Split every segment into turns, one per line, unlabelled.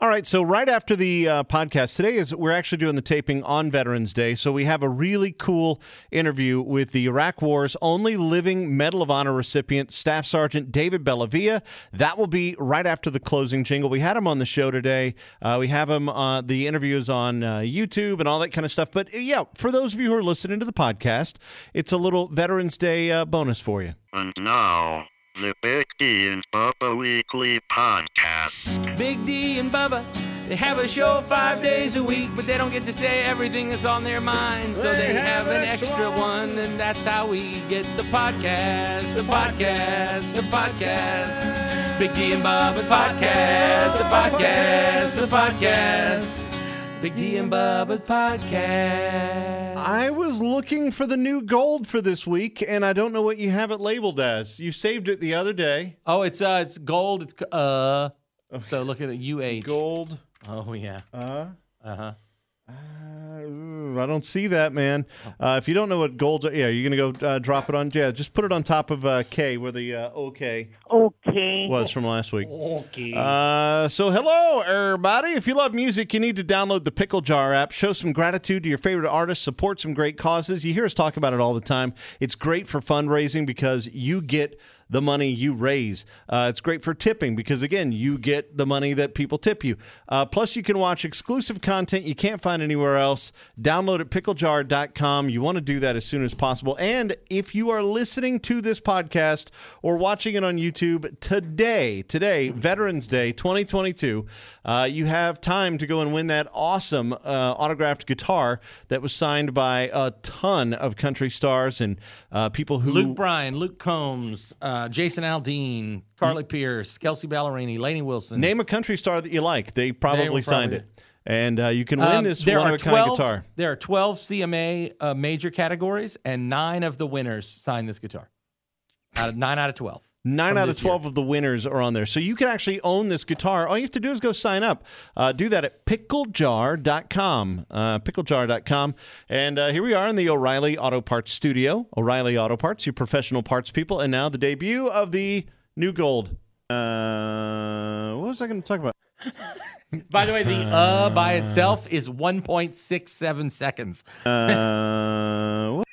All right, so right after the uh, podcast today is we're actually doing the taping on Veterans Day, so we have a really cool interview with the Iraq War's only living Medal of Honor recipient, Staff Sergeant David Bellavia. That will be right after the closing jingle. We had him on the show today. Uh, we have him. Uh, the interview is on uh, YouTube and all that kind of stuff. But uh, yeah, for those of you who are listening to the podcast, it's a little Veterans Day uh, bonus for you.
And now, the Big D and Bubba Weekly Podcast.
Big D and Bubba, they have a show five days a week, but they don't get to say everything that's on their mind. So they, have, an extra one. and that's how we get the podcast, the podcast, the podcast. Big D and Bubba podcast, the podcast, the podcast. Big D and Bubba podcast.
I was looking for the new gold for this week, and I don't know what you have it labeled as. You saved it the other day.
Oh, it's uh, it's gold. It's uh. So look at it, UH.
Gold.
Oh yeah.
Uh,
Uh huh.
uh, ooh, I don't see that, man. Uh, if you don't know what gold, yeah, you're gonna go uh, drop it on. Yeah, just put it on top of uh, K, where the uh, OK
Okay.
was from last week. Okay. Uh, so hello, everybody. If you love music, you need to download the Pickle Jar app. Show some gratitude to your favorite artists. Support some great causes. You hear us talk about it all the time. It's great for fundraising because you get the money you raise. Uh, it's great for tipping because again, you get the money that people tip you. Uh, plus, you can watch exclusive content you can't find anywhere else. Download at picklejar.com. You want to do that as soon as possible. And if you are listening to this podcast or watching it on YouTube today, today, Veterans Day 2022, uh, you have time to go and win that awesome uh, autographed guitar that was signed by a ton of country stars and uh, people who.
Luke Bryan, Luke Combs, uh, Jason Aldean, Carly Pierce, Kelsey Ballerini, Laney Wilson.
Name a country star that you like. They probably,
probably-
signed it. And uh, you can win
Um,
this one of a kind guitar.
There are 12 CMA uh, major categories, and nine of the winners signed this guitar. Out of nine out of 12.
Nine
from
out of
this year.
12 of the winners are on there. So you can actually own this guitar. All you have to do is go sign up. Uh, do that at picklejar.com. Uh, picklejar.com. And uh, here we are in the O'Reilly Auto Parts studio. O'Reilly Auto Parts, your professional parts people. And now the debut of the new gold. Uh, what was I going to talk about?
By the way, the uh by itself is 1.67 seconds.
Uh, what-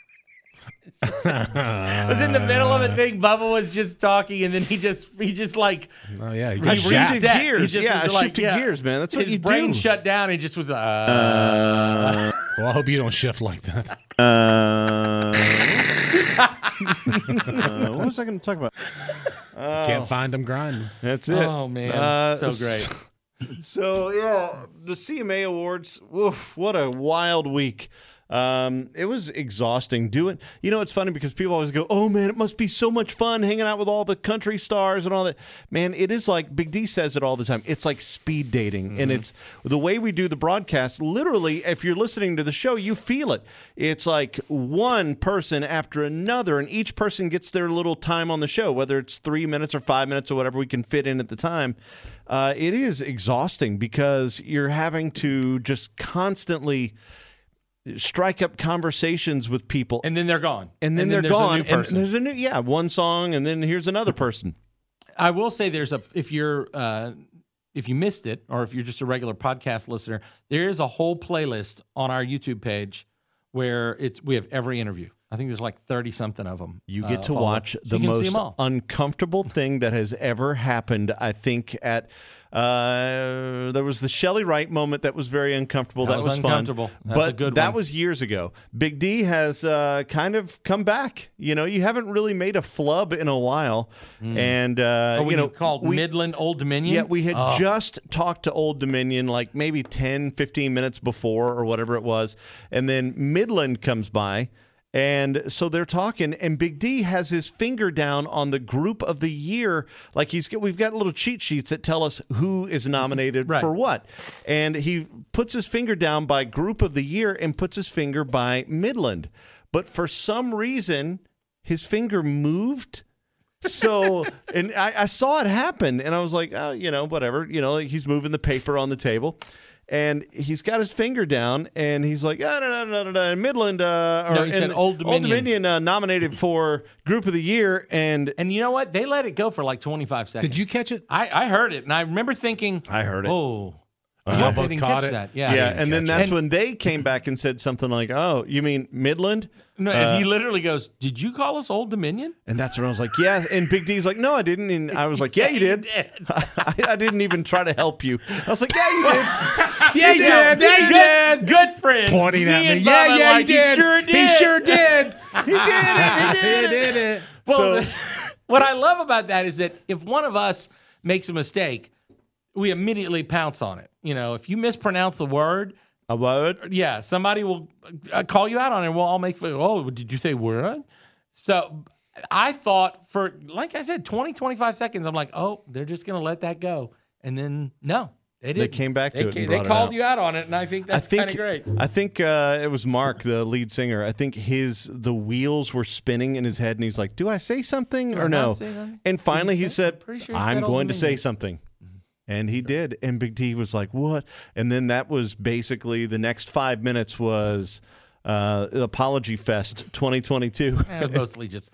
I was in the middle of a thing. Bubba was just talking, and then he just, he just like,
Oh yeah,
I
He reset.
shifted
He
gears.
just
Yeah, I
was like,
shifted
yeah.
gears, man. That's what
his
you
brain
do.
shut down. He just was, uh,
well, I hope you don't shift like that.
Uh, uh, what was I going to talk about?
Can't find them grinding.
That's it.
oh man,
Uh,
so great.
So yeah, the CMA Awards. Woof! What a wild week. Um, it was exhausting doing. You know, it's funny because people always go, "Oh man, it must be so much fun hanging out with all the country stars and all that." Man, it is like Big D says it all the time. It's like speed dating,
Mm-hmm.
and it's the way we do the broadcast. Literally, if you're listening to the show, you feel it. It's like one person after another, and each person gets their little time on the show, whether it's three minutes or five minutes or whatever we can fit in at the time. Uh, it is exhausting because you're having to just constantly strike up conversations with people, and,
And then they're gone.
then, they're
there's a new
gone. And
person.
there's a new, yeah, one song, and then here's another person.
I will say there's a if you're uh, if you missed it or if you're just a regular podcast listener, there is a whole playlist on our YouTube page where it's we have every interview. I think there's like thirty something of them.
You
uh,
get to
follow.
watch
So
the
you can see
most
'em all.
uncomfortable thing that has ever happened. I think at uh, there was the Shelley Wright moment that was very uncomfortable. That,
That was
fun.
uncomfortable. That's
but
a good
that
one.
was years ago. Big D has uh, kind of come back. You know, you haven't really made a flub in a while, and uh,
Hmm. Or when
you
you
know
Oh, called
we-
Midland Old Dominion.
yeah, we had
Oh,
just talked to Old Dominion like maybe 10, 15 minutes before or whatever it was. And then Midland comes by. And so they're talking, and Big D has his finger down on the group of the year. Like he's we've got little cheat sheets that tell us who is nominated
Right.
for what, and he puts his finger down by group of the year and puts his finger by Midland, but for some reason his finger moved so, and I, I saw it happen, and I was like, oh, you know, whatever. You know, he's moving the paper on the table, and he's got his finger down, and he's like, ah, no, no, no, no, no. Midland, uh, or
No, he said
and
Old Dominion.
uh, nominated for Group of the Year, and
and you know what? They let it go for like twenty five seconds.
Did you catch it?
I, I heard it, and I remember thinking,
I heard it. Uh-huh.
Oh, Yeah,
y'all
I
both
didn't
caught
catch
it.
that. Yeah.
yeah, and then
catch it.
that's
And-
when they came back and said something like, "Oh, you mean Midland?"
No,
Uh,
he literally goes, "Did you call us Old Dominion?"
And that's when I was like, "Yeah." And Big D's like, "No, I didn't." And I was like, "Yeah, you did." I, I didn't even try to help you. I was like, "Yeah, you did."
Yeah,
you did.
Yeah,
You
good, good friends.
Pointing at me.
and
Yeah,
Bubba,
yeah,
like,
he did.
He sure did.
did.
He did it. He did it.
did it.
Well,
So-
what I love about that is that if one of us makes a mistake, we immediately pounce on it. You know, if you mispronounce the word,
A word.
yeah, somebody will uh, call you out on it. and We'll all make fun. Oh, did you say word? So I thought for, like I said, 20, 25 seconds, I'm like, oh, they're just going to let that go. And then, no, they didn't.
came back to
They
it and brought
ca- they
it
called
out.
you out on it. And I think
I
that's kind
think
of great.
I think uh, it was Mark, the lead singer. I think his the wheels were spinning in his head, and he's like, "Do I say something or
I
no?"
not say something?
And finally,
Did he
he
say-
said,
pretty sure he
"I'm
said Old
going to say
Dominion."
something." And he did. And Big D was like, "What?" And then that was basically the next five minutes was uh, Apology Fest 2022.
It was mostly just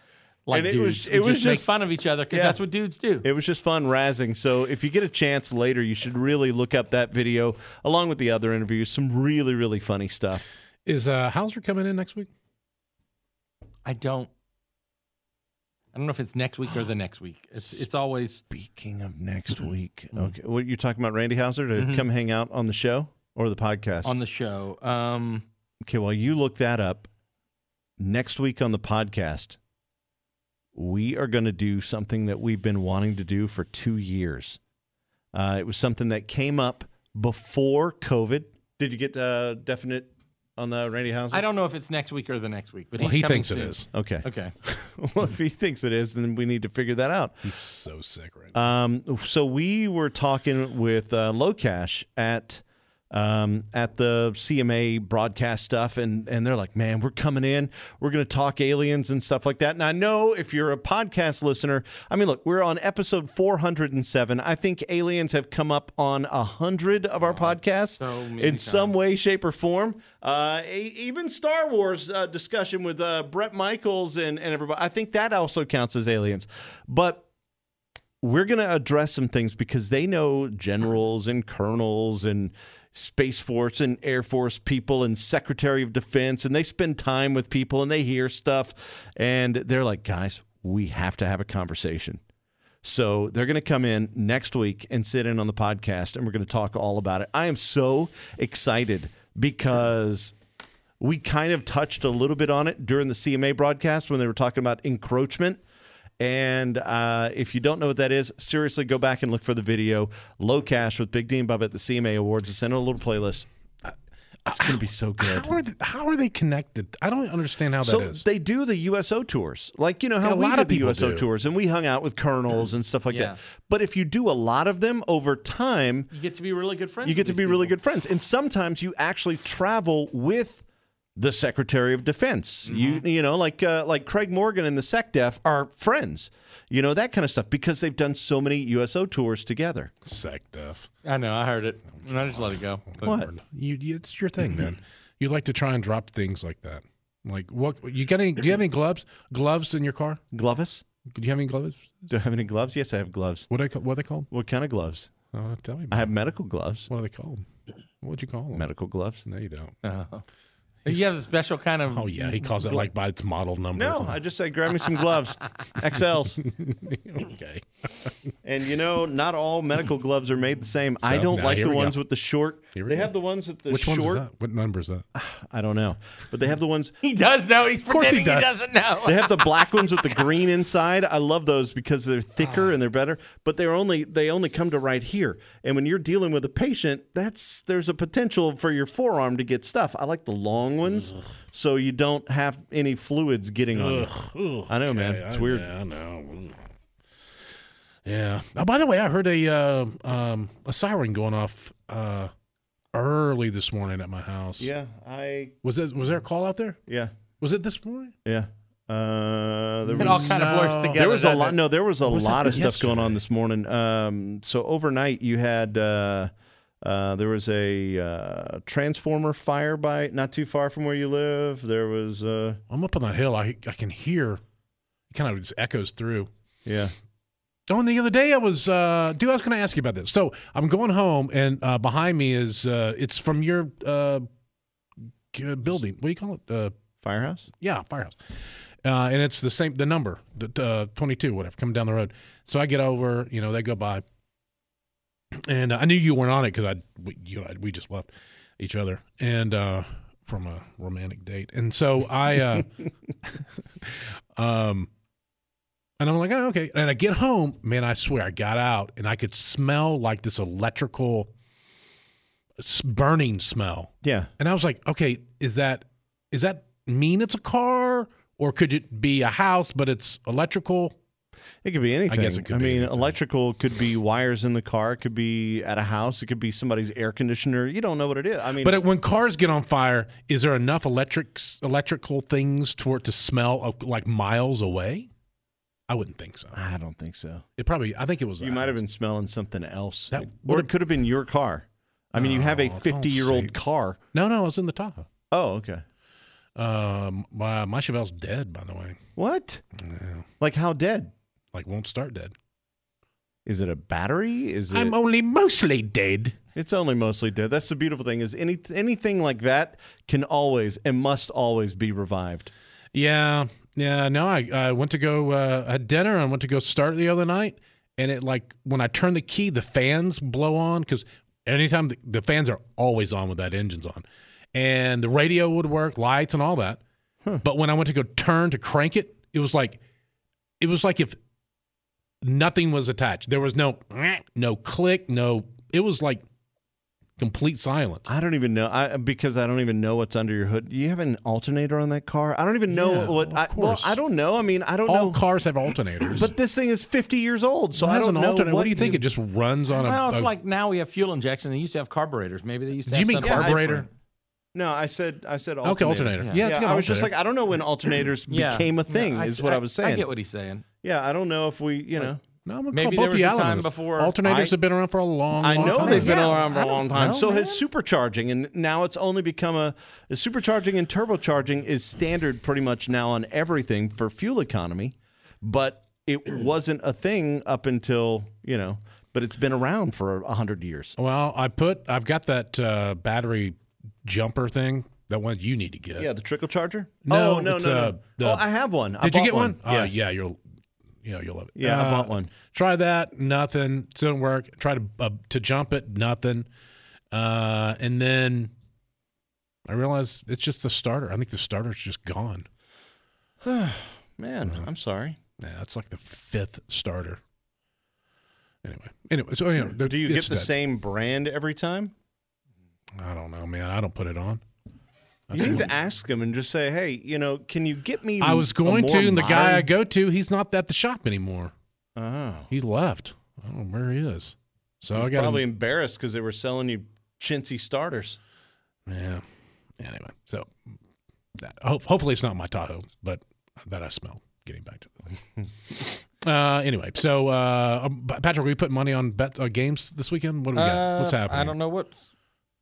like
And it
dudes.
was-
who
it was
just, make
just-
fun of each other because
Yeah.
that's what dudes do.
It was just fun razzing. So if you get a chance later, you should really look up that video along with the other interviews. Some really really funny stuff.
Is uh, Hauser coming in next week?
I don't. I don't know if it's next week or the next week. It's, it's always
Speaking of next week, okay, what you're talking about, Randy Hauser, to come hang out on the show or Mm-hmm. the podcast?
on the show. Um,
okay, while you look that up, next week on the podcast, we are going to do something that we've been wanting to do for two years. Uh, it was something that came up before COVID. Did you get uh, definite on the Randy Hauser?
I don't know if it's next week or the next week, but
Well,
he's
he
coming
thinks it
soon.
is.
Okay.
Okay.
well, if he thinks it is, then we need to figure that out.
He's so sick right now.
Um, so we were talking with uh, Locash at um, at the CMA broadcast stuff, and and they're like, "Man, we're coming in. We're going to talk aliens and stuff like that." And I know if you're a podcast listener, I mean, look, we're on episode 407. I think aliens have come up on a hundred of our podcasts
so many
in some way, shape, or form. Uh, e- even Star Wars uh, discussion with uh, Brett Michaels and and everybody. I think that also counts as aliens, but we're going to address some things because they know generals and colonels and space force and air force people and secretary of defense and they spend time with people and they hear stuff and they're like guys we have to have a conversation so they're going to come in next week and sit in on the podcast and we're going to talk all about it i am so excited because we kind of touched a little bit on it during the CMA broadcast when they were talking about encroachment. And uh, if you don't know what that is, seriously, go back and look for the video. Low Cash with Big Dean Bub at the CMA Awards. It's in a little playlist. It's going to be so good.
Uh, how, are they, how are they connected? I don't understand how
So
that is.
they do the USO tours, like you know how
Yeah, a
we
lot
did
of
the
people
USO
do.
tours, and we hung out with colonels and stuff like
Yeah.
that. But if you do a lot of them over time,
You get to be really good friends.
you get
with
to
these
be really
people.
good friends. And sometimes you actually travel with the Secretary of Defense.
Mm-hmm.
You you know like uh, like Craig Morgan and the SecDef are friends. You know that kind of stuff because they've done so many USO tours together.
Sec stuff.
I know. I heard it. And I just let it go. But
What?
You, you, it's your thing, man. You like to try and drop things like that. Like what? You got any? Do you have any gloves? Gloves in your car?
Gloves?
Do you have any gloves?
Do I have any gloves? Yes, I have gloves.
What I ca- what are they called?
What kind of gloves?
Uh, tell me.
I
About
have medical gloves.
What are they called? What would you call them?
Medical gloves.
No, you don't.
you have uh, a special kind of.
Oh yeah, he calls it like by its model number.
No, I just said grab me some gloves, XLs.
okay.
And you know, not all medical gloves are made the same. I
So,
don't
now
like
here
the
we go.
ones with the short. They
Here we go.
have the ones with the
Which
short.
one is that? What number is that?
I don't know, but they have the ones.
He does know. He's
course he
pretending he,
does.
doesn't know.
They have the black ones with the green inside. I love those because they're thicker and they're better. But they're only they only come to right here. And when you're dealing with a patient, that's there's a potential for your forearm to get stuff. I like the long ones, so you don't have any fluids getting on you. I know, man.
Okay,
It's
I-
weird.
Yeah, I know. Ugh. Yeah. Oh, by the way, I heard a uh, um, a siren going off uh, early this morning at my house.
Yeah, I
Was that was there a call out there?
yeah
Was it this morning?
yeah. Uh, there
It all kind of
No.
blurs together.
There was a
doesn't
lot.
it?
No, there was a
was
lot of
happening
stuff going on this morning. Um, so overnight, you had uh, uh, there was a uh, transformer fire by not too far from where you live. There was uh,
I'm up on that hill. I I can hear. It kind of just echoes through.
yeah.
Oh, and the other day I was, uh, dude, I was going to ask you about this. So I'm going home, and uh, behind me is, uh, it's from your uh, g- building. What do you call it? Uh,
Firehouse?
yeah, firehouse. Uh, and it's the same, the number, the, uh, 22, whatever, coming down the road. So I get over, you know, they go by. And uh, I knew you weren't on it because I, we, you know, we just left each other and uh, from a romantic date. And so I, uh, um, and I'm like, oh, okay. And I get home, man, I swear, I got out and I could smell like this electrical s- burning smell.
Yeah.
And I was like, okay, is that is that mean it's a car or could it be a house but it's electrical?
It could be anything.
guess it could
I
be
mean,
anything.
electrical could be wires in the car. It could be at a house. It could be somebody's air conditioner. You don't know what it is. I mean,
But it, when cars get on fire, is there enough electrics electrical things for it to smell of, like miles away? I wouldn't think so.
I don't think so.
It probably I think it was
You
a
might have
house.
been smelling something else,
That
or
would've-
it could have been your car. I mean, you have a
Oh, don't say-
fifty-year-old car.
No, no, it was in the Tahoe.
Oh, okay.
Um, my, my Chevelle's dead by the way.
What?
Yeah.
Like how dead?
Like won't start dead.
Is it a battery? Is it?
I'm only mostly dead.
It's only mostly dead. That's the beautiful thing is any anything like that can always and must always be revived.
Yeah, yeah. No, I, I went to go uh, at dinner. I went to go start the other night, and it like when I turn the key, the fans blow on because anytime the, the fans are always on with that engine's on, and the radio would work, lights and all that. But when I went to go turn to crank it, it was like it was like if nothing was attached. There was no no click, no. It was like complete silence.
I don't even know I, because I don't even know what's under your hood. You have an alternator on that car. I don't even know
Yeah,
what.
of
I, well,
course.
I don't know. I mean, I don't
All
know.
cars have alternators.
But this thing is fifty years old, so I
As
don't
an
know.
alternate, what, do you think? It just runs on a.
Well, it's
a-
like now we have fuel injection. They used to have carburetors. Maybe they used to.
Do you
have
mean
something
carburetor?
different.
No, I said I said
Okay,
alternator.
alternator.
Yeah.
Yeah,
Yeah,
it's
I was just like
alternator.
I don't know when alternators
Yeah.
became a
Yeah,
thing. is what I, was saying.
I get what he's saying.
yeah, I don't know if we, you know,
no, I'm gonna
maybe
call
there
both
was
the
a time
islands.
before-
alternators
I-
have been around for a long.
I
long
know
time.
they've been
Yeah,
around for
I
a long
don't
time.
know,
so
man.
has supercharging, and now it's only become a, a supercharging and turbocharging is standard pretty much now on everything for fuel economy, but it wasn't a thing up until you know. But it's been around for a hundred years.
Well, I put. I've got that uh, battery jumper thing. That one you need to get.
Yeah, the trickle charger.
No,
oh no, no,
it's,
no.
uh, the-
oh, I have one. I
Did you
bought
get one? Oh,
Yes.
yeah, you'll. You know, you'll love it.
Yeah, I
Uh,
bought one.
Try that. Nothing. Didn't work. Try to uh, to jump it. Nothing. Uh, and then I realized it's just the starter. I think the starter's just gone.
Man,
Uh-huh.
I'm sorry.
Yeah, that's like the fifth starter. Anyway, anyway, so you know, there-
Do you
it's
get the
that-
same brand every time?
I don't know, man. I don't put it on. I
You need
think-
to ask them and just say, "Hey, you know, can you get me?"
I was going
a
to,
more
and the guy I
modern-
go to, he's not at the shop anymore.
Oh.
He left. I don't know where he is. So I
He's
got
probably
him.
embarrassed because they were selling you chintzy starters.
Yeah. Anyway, so that, hope, hopefully it's not my Tahoe, but that I smell. Getting back to that. uh, anyway, so uh, um, Patrick, are we putting money on bet uh, games this weekend? What do we got? What's
Uh,
happening?
I don't know what.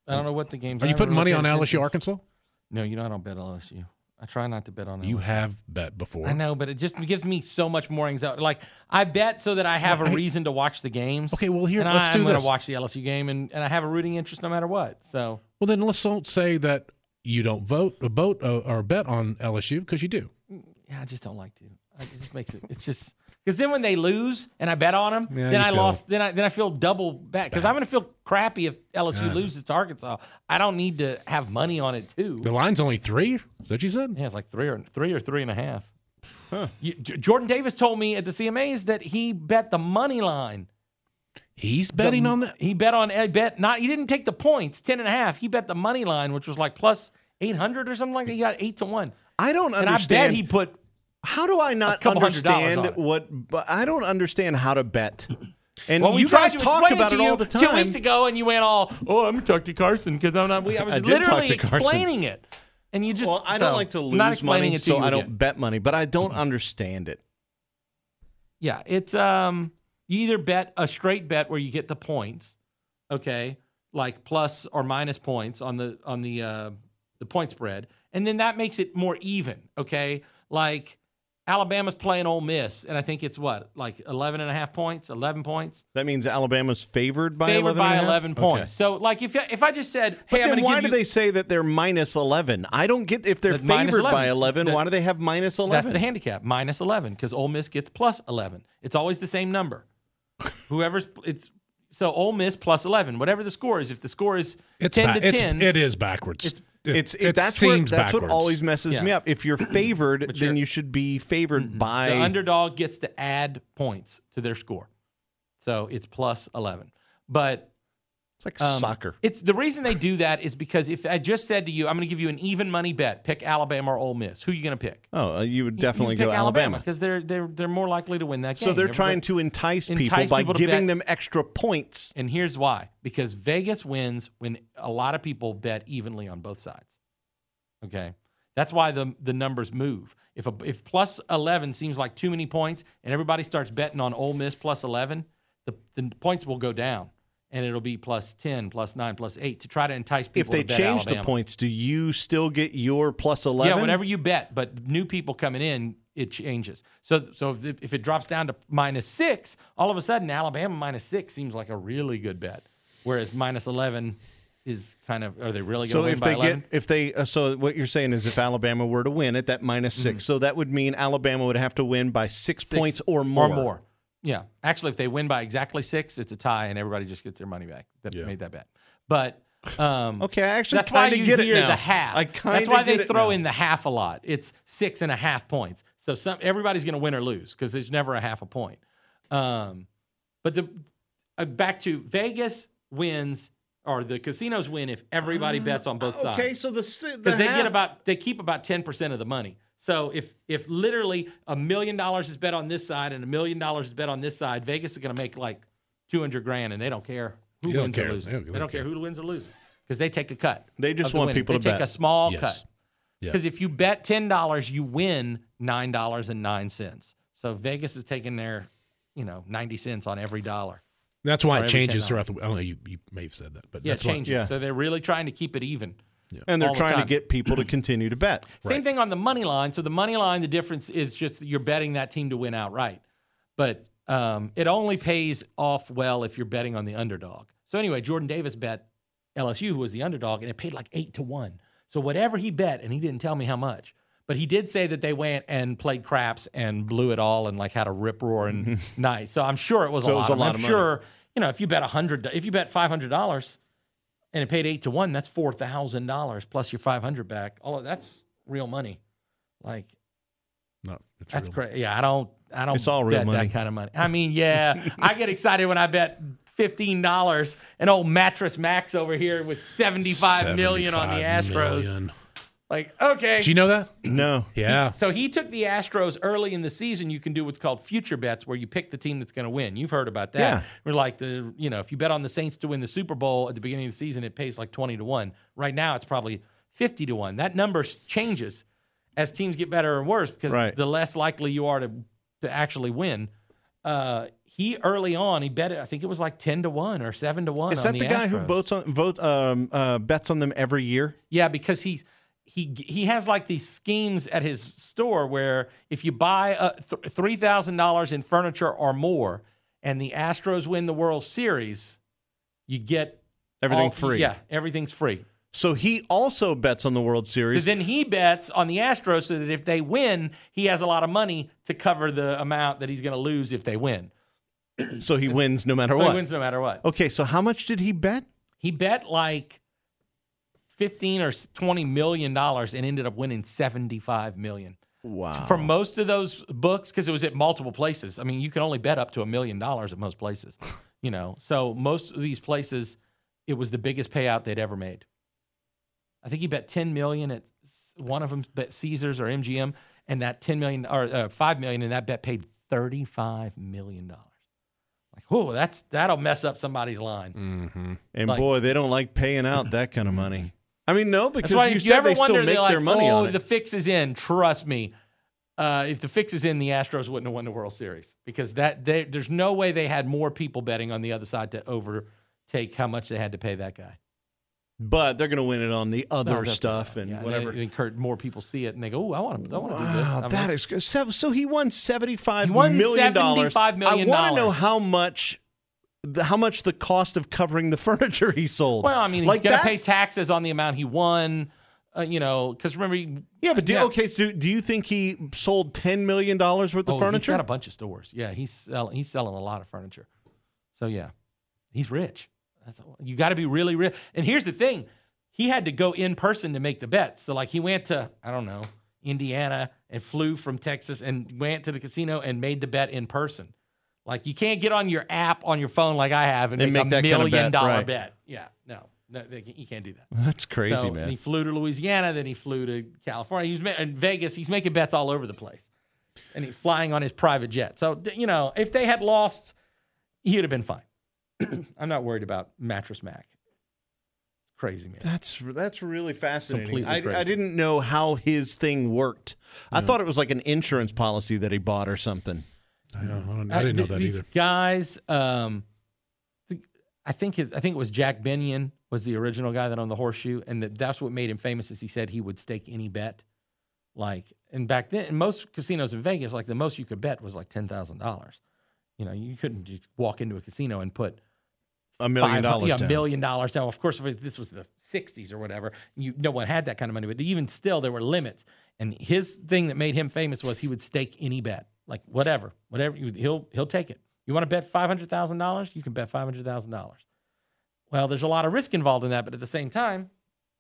I don't know what the games.
Are
I
you
haven't
putting money
really
on
paid
LSU
attention.
Arkansas?
No, you know I don't bet on LSU. I try not to bet on LSU.
You have bet before.
I know, but it just gives me so much more anxiety. Like I bet so that I have a
Well, I-
reason to watch the games.
Okay, well, here,
and
let's
I'm
do
gonna
this.
watch the LSU game, and, and I have a rooting interest no matter what. So
Well, then let's don't say that you don't vote, uh, vote uh, or bet on LSU because you do.
yeah, I just don't like to. I, it just makes it. It's just because then when they lose and I bet on them,
Yeah,
then
you
I
feel-
lost. Then I then I feel double bad because I'm gonna feel crappy if LSU
Yeah.
loses to Arkansas. I don't need to have money on it too.
The line's only three. Is that what you said?
Yeah, it's like three or three or three and a half. You, J- Jordan Davis told me at the CMAs that he bet the money line.
He's betting
The-
on that.
He bet on he bet not he didn't take the points, ten and a half. He bet the money line, which was like plus eight hundred or something like that. He got eight to one.
I don't
And I
understand.
bet he put
how do I not
couple hundred dollars on
understand
it.
what? But I don't understand how to bet. And
well, we
you
tried
guys
to
talk
explain
about
it,
it,
to you
all the time.
Two weeks ago, and you went all, "Oh, I'm gonna talk to Carson because I'm not." We, I was
I did talk
literally
to Carson.
explaining it, and you just.
well, I
so,
don't like to
not
lose
explaining
money,
it to
so
you
I don't
again.
bet money. But I don't understand it.
Yeah, it's um you either bet a straight bet where you get the points, okay, like plus or minus points on the on the uh the point spread, and then that makes it more even, okay? Like Alabama's playing Ole Miss, and I think it's what, like 11 and a half points, 11 points?
That means Alabama's favored by
Favored
11
by
and a half?
11
Okay.
points. So, like, if, I- if I just said, hey,
But
I'm
then
going to
why
give
do
you
they say that they're minus 11? I don't get if they're
That's minus
favored by
11.
11,
That-
why do they have minus 11?
That's the handicap, minus 11, because Ole Miss gets plus 11. It's always the same number. Whoever's, it's, so Ole Miss plus 11, whatever the score is. If the score is 10
ba-
to
it's-
10,
It is backwards.
It's-
it,
It's it,
it
that's
seems
what, that's what
backwards.
always messes me
Yeah.
up. If you're favored, then
you're- Mm-hmm.
you should be favored by
the underdog gets to add points to their score. So it's plus 11. But
it's like
um,
soccer.
It's the reason they do that is because if I just said to you, I'm going to give you an even money bet, pick Alabama or Ole Miss. Who are you going to pick?
Oh, uh, you would definitely
you
go Alabama.
because they're they're they're more likely to win that game.
So they're trying
Everybody-
to entice, people
Entice
by
people to
giving
bet.
them extra points.
And here's why: because Vegas wins when a lot of people bet evenly on both sides. Okay, that's why the the numbers move. If a, if plus eleven seems like too many points, and everybody starts betting on Ole Miss plus eleven, the the points will go down, and it'll be plus ten, plus nine, plus eight to try to entice
If
people.
they
to bet
change the
Alabama.
points, do you still get your plus 11?
Yeah, whatever you bet, but new people coming in, it changes. So, so if it, if it drops down to minus six, all of a sudden Alabama minus six seems like a really good bet, whereas minus eleven is kind of are they really going to
So
win
if
by
they get
11?
if they uh, so what you're saying is if Alabama were to win at that minus 6, so that would mean Alabama would have to win by 6
Mm-hmm. Six
points or more.
or more? Yeah, actually, if they win by exactly six, it's a tie, and everybody just gets their money back that made that bet. But um,
Okay, I actually
that's why
kinda
you
get it
hear
now.
the half.
I
that's
kinda
why
get
they
it
throw
now.
in the half a lot. It's six and a half points. So some everybody's going to win or lose because there's never a half a point. Um, but the uh, back to Vegas wins or the casinos win if everybody bets on both sides
Ah, Okay, so the si- the
because they
half-
get about they keep about 10% of the money so if if literally a million dollars is bet on this side and a million dollars is bet on this side vegas is going to make like 200 grand and they don't care who
They don't
wins
care.
or loses
They
they
don't-
don't,
they don't
care who wins or loses because they take a cut
They just
of the
want
winning.
people
they
to
take
bet.
a small
Yes.
cut
Yeah.
because if you bet $10 you win $9.09 so vegas is taking their you know 90 cents on every dollar
That's why
or
it
every
changes
$10.
throughout the. I don't know. You, you may have said that, but
yeah it
that's why-
changes
Yeah.
so they're really trying to keep it even
and they're
all the
trying to
time.
get people to continue to bet.
Same thing on the money line. So the money line, the difference is just that you're betting that team to win outright. But um, it only pays off well if you're betting on the underdog. So anyway, Jordan Davis bet LSU, who was the underdog, and it paid like eight to one. So whatever he bet, and he didn't tell me how much, but he did say that they went and played craps and blew it all and like had a rip roaring night. So I'm sure it was
Mm-hmm. So
a
it was
lot.
a
of-
lot
I'm
of money.
sure you know if you bet a hundred, if you bet five hundred dollars, and it paid eight to one, that's four thousand dollars plus your five hundred back. All of that's real money. Like
No, it's
that's
real.
crazy. Yeah, I don't. I don't.
It's all real
bet
money.
That kind of money. I mean, yeah, I get excited when I bet fifteen dollars. An old mattress Max over here with seventy-five million on the
75
Astros.
million.
Like, okay.
Do you know that?
No.
Yeah.
so he took the Astros early in the season. You can do what's called future bets, where you pick the team that's going to win. You've heard about that.
Yeah.
We're like the, you know, if you bet on the Saints to win the Super Bowl at the beginning of the season, it pays like twenty to one. Right now, it's probably fifty to one. That number s- changes as teams get better or worse because
Right.
the less likely you are to to actually win. Uh, he early on, he bet it. I think it was like ten to one or seven to one.
Is
on
that the, guy who
Astros.
votes on vote um, uh, bets on them every year?
Yeah, because he he he has like these schemes at his store where if you buy uh, th- three thousand dollars in furniture or more, and the Astros win the World Series, you get
Everything
all-
free.
Yeah, everything's free.
So he also bets on the World
So
Series.
then he bets on the Astros so that if they win, he has a lot of money to cover the amount that he's going to lose if they win.
so he wins no matter
So
what. Oh.
he wins no matter what.
Okay, so how much did he bet?
He bet like fifteen or twenty million dollars and ended up winning seventy five million.
Wow.
for most of those books because it was at multiple places. I mean, you can only bet up to a million dollars at most places, you know. So most of these places, it was the biggest payout they'd ever made. I think he bet ten million at one of them bet Caesars or MGM, and that ten million or uh, five million, and that bet paid thirty five million dollars. Like, oh, that's that'll mess up somebody's line.
and
like-
boy, they don't like paying out that kind of money. I mean, no, because
That's why
you
if
said
you ever
they still
wonder,
make
they're like,
their money
oh,
on it.
the fix is in. Trust me. Uh, if the fix is in, the Astros wouldn't have won the World Series because that they, there's no way they had more people betting on the other side to overtake how much they had to pay that guy. Oh,
but they're going to win it on the other stuff and whatever.
And, encourage more people see it, and they go, "Oh, I want to, I want to do this."
Wow,
I'm
that is good. So, so he won seventy five
He won
million dollars.
$75 million.
I want to know how much, the, how much the cost of covering the furniture he sold.
Well, I mean, he's going to pay
that's-
taxes on the amount he won. Uh, you know, because remember, he,
Yeah, but do,
Yeah.
okay. So do, do you think he sold ten million dollars worth
oh,
of
he's got
furniture?
a bunch of stores. Yeah, he's selling. He's selling a lot of furniture. So yeah, he's rich. That's, you got to be really rich. And here's the thing: he had to go in person to make the bets. So like, he went to I don't know Indiana and flew from Texas and went to the casino and made the bet in person. Like, you can't get on your app on your phone like I have and,
And
make,
make that
a
kind of bet,
million dollar
right.
bet. Yeah, no, no, they, can't- you can't do that.
That's crazy,
So,
man.
And he flew to Louisiana, then he flew to California. He was ma- in Vegas. He's making bets all over the place, and he's flying on his private jet. So d- you know, if they had lost, he'd have been fine. I'm not worried about Mattress Mac. It's crazy, man.
That's that's really fascinating.
Completely
I, I
crazy.
didn't know how his thing worked. I thought it was like an insurance policy that he bought or something.
I, don't- I don't- I didn't know
Uh, th-
that
these
either.
guys, um, th- I think his, I think it was Jack Benyon was the original guy that owned the horseshoe, and that that's what made him famous. Is he said he would stake any bet, like and back then in most casinos in Vegas, like the most you could bet was like ten thousand dollars. You know, you couldn't just walk into a casino and put
A million
five hun-
dollars.
yeah,
down.
a million dollars down. Of course, if it- this was the '60s or whatever, you no one had that kind of money. But even still, there were limits. And his thing that made him famous was he would stake any bet, like whatever, whatever you- he'll he'll take it. You want to bet five hundred thousand dollars? You can bet five hundred thousand dollars. Well, there's a lot of risk involved in that, but at the same time,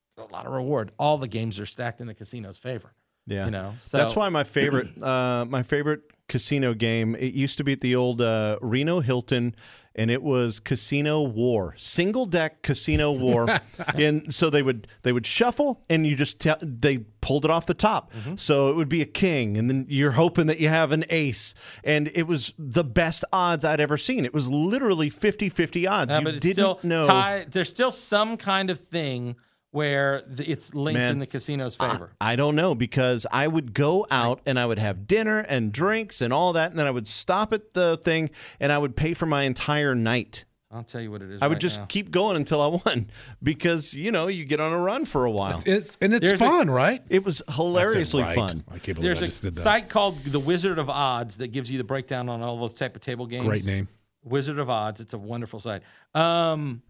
it's a lot of reward. All the games are stacked in the casino's favor.
Yeah.
You know, so
That's why my favorite uh, my favorite casino game. It used to be at the old uh, Reno Hilton, and it was Casino War, single deck Casino War. and so they would they would shuffle, and you just tell they pulled it off the top.
Mm-hmm.
So it would be a king, and then you're hoping that you have an ace. And it was the best odds I'd ever seen. It was literally 50-50 odds.
Yeah,
you
but it's
didn't
still
know.
tie- there's still some kind of thing where the, it's linked
Man,
in the casino's favor.
I don't know because I would go out and I would have dinner and drinks and all that, and then I would stop at the thing and I would pay for my entire night.
I'll tell you what it is.
I would
right
just
now.
keep going until I won because you know you get on a run for a while.
It's and it's
There's a-
fun, right?
It was hilariously
Right.
fun.
I can't believe
There's
I
a
just did that.
site called The Wizard of Odds that gives you the breakdown on all those type of table games.
Great name.
Wizard of Odds. It's a wonderful site. Um,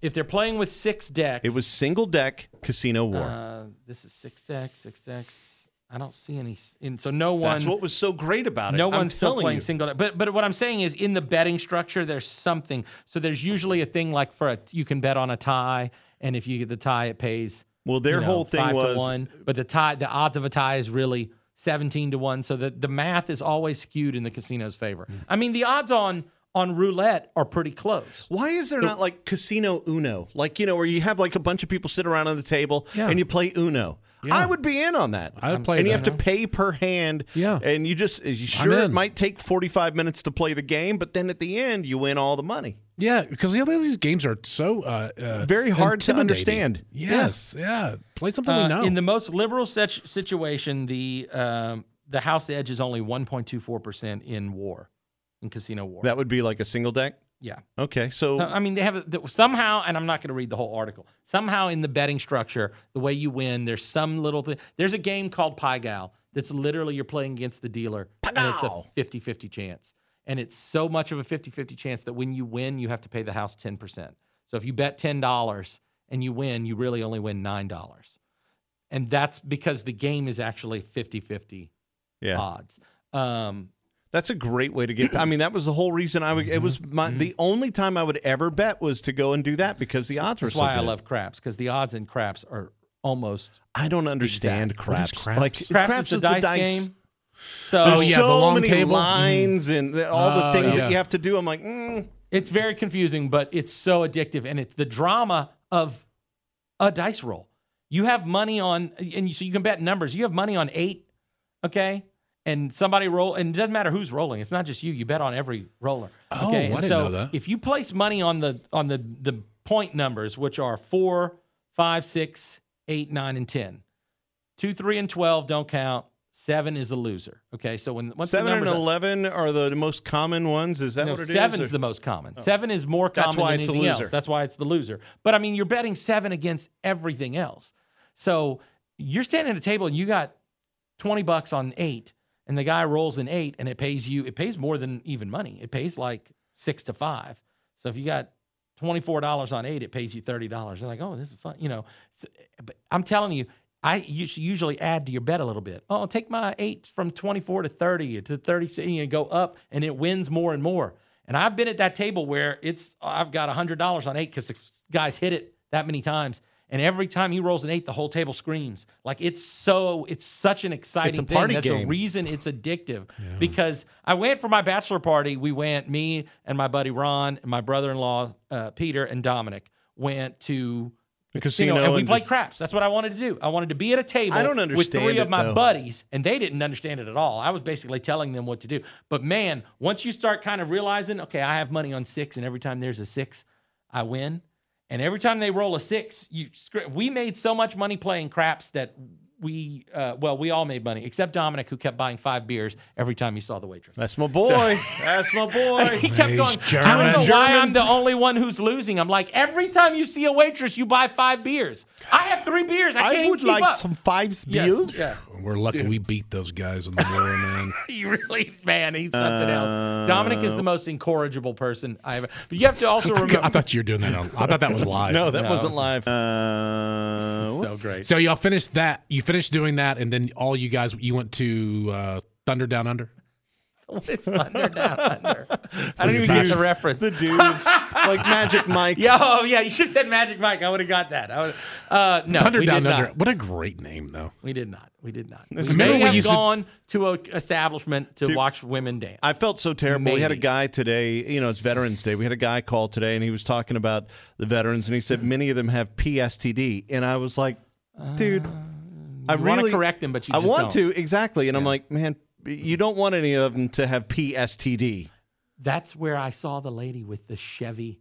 if they're playing with six decks,
It was single deck casino war.
Uh, this is six decks, six decks. I don't see any. s- And so no one.
That's what was so great about it.
no
I'm
one's still
telling
playing
you.
single deck. But but what I'm saying is in the betting structure, there's something. So there's usually a thing like for a you can bet on a tie, and if you get the tie, it pays.
Well, their
you know,
whole thing
five to
was
one, but the tie, the odds of a tie is really seventeen to one. So the the math is always skewed in the casino's favor.
Mm.
I mean, the odds on on roulette are pretty close.
Why is there not like Casino Uno? Like, you know, where you have like a bunch of people sit around on the table
Yeah.
and you play Uno. I would be in on that.
I would play
And you
that.
have to pay per hand.
Yeah.
And you just, you sure it
in.
might take 45 minutes to play the game, but then at the end, you win all the money.
Yeah, because the other these games are so uh, uh,
Very hard to
intimidating.
understand.
Yes, yeah. Play something we
Uh,
know.
In the most liberal such situation, the um, the house edge is only one point two four percent in war, in casino war.
That would be like a single deck.
yeah.
Okay.
So,
So,
I mean, they have a- somehow, and I'm not going to read the whole article. Somehow, in the betting structure, the way you win, there's some little thing. There's a game called Pie Gal that's literally you're playing against the dealer, and it's a
Gal.
50 50 chance. And it's so much of a 50 50 chance that when you win, you have to pay the house 10%. So, if you bet $10 and you win, you really only win $9. And that's because the game is actually 50 50
yeah.
odds. Um,
That's a great way to get. I mean, that was the whole reason I would. It was my the only time I would ever bet was to go and do that because the odds were
that's
so
why I
good.
love craps because the odds in craps are almost
I don't understand craps.
craps?
Like
Craps,
craps
is the dice, game. So
Oh,
There's
yeah,
so
the long
many
table.
Mm-hmm.
lines and the, all the
Oh,
things
yeah.
that you have to do. I'm like, mm,
it's very confusing, but it's so addictive, and it's the drama of a dice roll. You have money on, and you, so you can bet numbers. You have money on eight, okay, and somebody roll, and it doesn't matter who's rolling. It's not just you. You bet on every roller.
Oh,
okay?
I
and
didn't
so
know that.
If you place money on the on the the point numbers, which are four, five, six, eight, nine, and ten. Two, three, and twelve don't count. Seven is a loser. Okay, so when once
Seven
the
and
numbers are-
eleven are the most common ones. Is that
No,
what it is?
seven's
Or- Oh.
the most common. Seven is more
That's
common
why
than
it's a
anything
loser.
else. That's why it's the loser. But I mean, you're betting seven against everything else. So you're standing at a table and you got 20 bucks on eight, and the guy rolls an eight and it pays you, it pays more than even money. It pays like six to five. So if you got $24 on eight, it pays you $30. They're like, oh, this is fun. You know, So- but I'm telling you, I us- usually add to your bet a little bit. Oh, I'll take my eight from 24 to 30 to 36 and you go up and it wins more and more. And I've been at that table where it's, I've got $100 on eight because the guy's hit it that many times. And every time he rolls an eight, the whole table screams. Like it's so, it's such an exciting thing.
party
That's
game.
a reason it's addictive because I went for my bachelor party. We went, me and my buddy Ron and my brother in law, uh, Peter and Dominic went to
The
casino,
casino
and we
and
played
just-
craps. That's what I wanted to do. I wanted to be at a table
I don't
with
understand
three
it,
of my
though.
buddies, and they didn't understand it at all. I was basically telling them what to do. But man, once you start kind of realizing, okay, I have money on six, and every time there's a six, I win. And every time they roll a six, you scr- we made so much money playing craps that we uh, well we all made money except Dominic who kept buying five beers every time he saw the waitress.
That's my boy. That's my
He
boy.
kept
He's
going. I don't
German.
know why
German.
I'm the only one who's losing. I'm like, every time you see a waitress, you buy five beers. I have three beers. I can't
I
even
would
keep
like
up.
some fives
Yes,
beers.
Yeah.
We're lucky we beat those guys in the war, man.
You really, man, he's something else. Dominic is the most incorrigible person I ever. But you have to also remember.
I thought you were doing that. on- I thought that was live.
No, that wasn't
it's-
live. Uh,
so great.
So y'all finished that. You finished doing that, and then all you guys you went to uh, Thunder Down Under.
what is Thunder Down Under? I don't even get the
dudes-
reference.
The dudes like Magic Mike.
Yo, oh, yeah, you should have said Magic Mike. I would have got that. I would. Uh, no,
Thunder
we
Down
did
Under.
not.
What a great name, though.
We did not. We did not. We
That's
may
remember we
have
used to-
gone to a establishment to watch women dance.
I felt so terrible. We had a
Maybe.
guy today, you know, it's Veterans Day. We had a guy call today and he was talking about the veterans and he said many of them have PSTD. And I was like, dude, I
Uh, You want
really
to correct him, but you
I
just
want
don't.
to, exactly. And I'm like, man, you don't want any of them to have PSTD.
That's where I saw the lady with the Chevy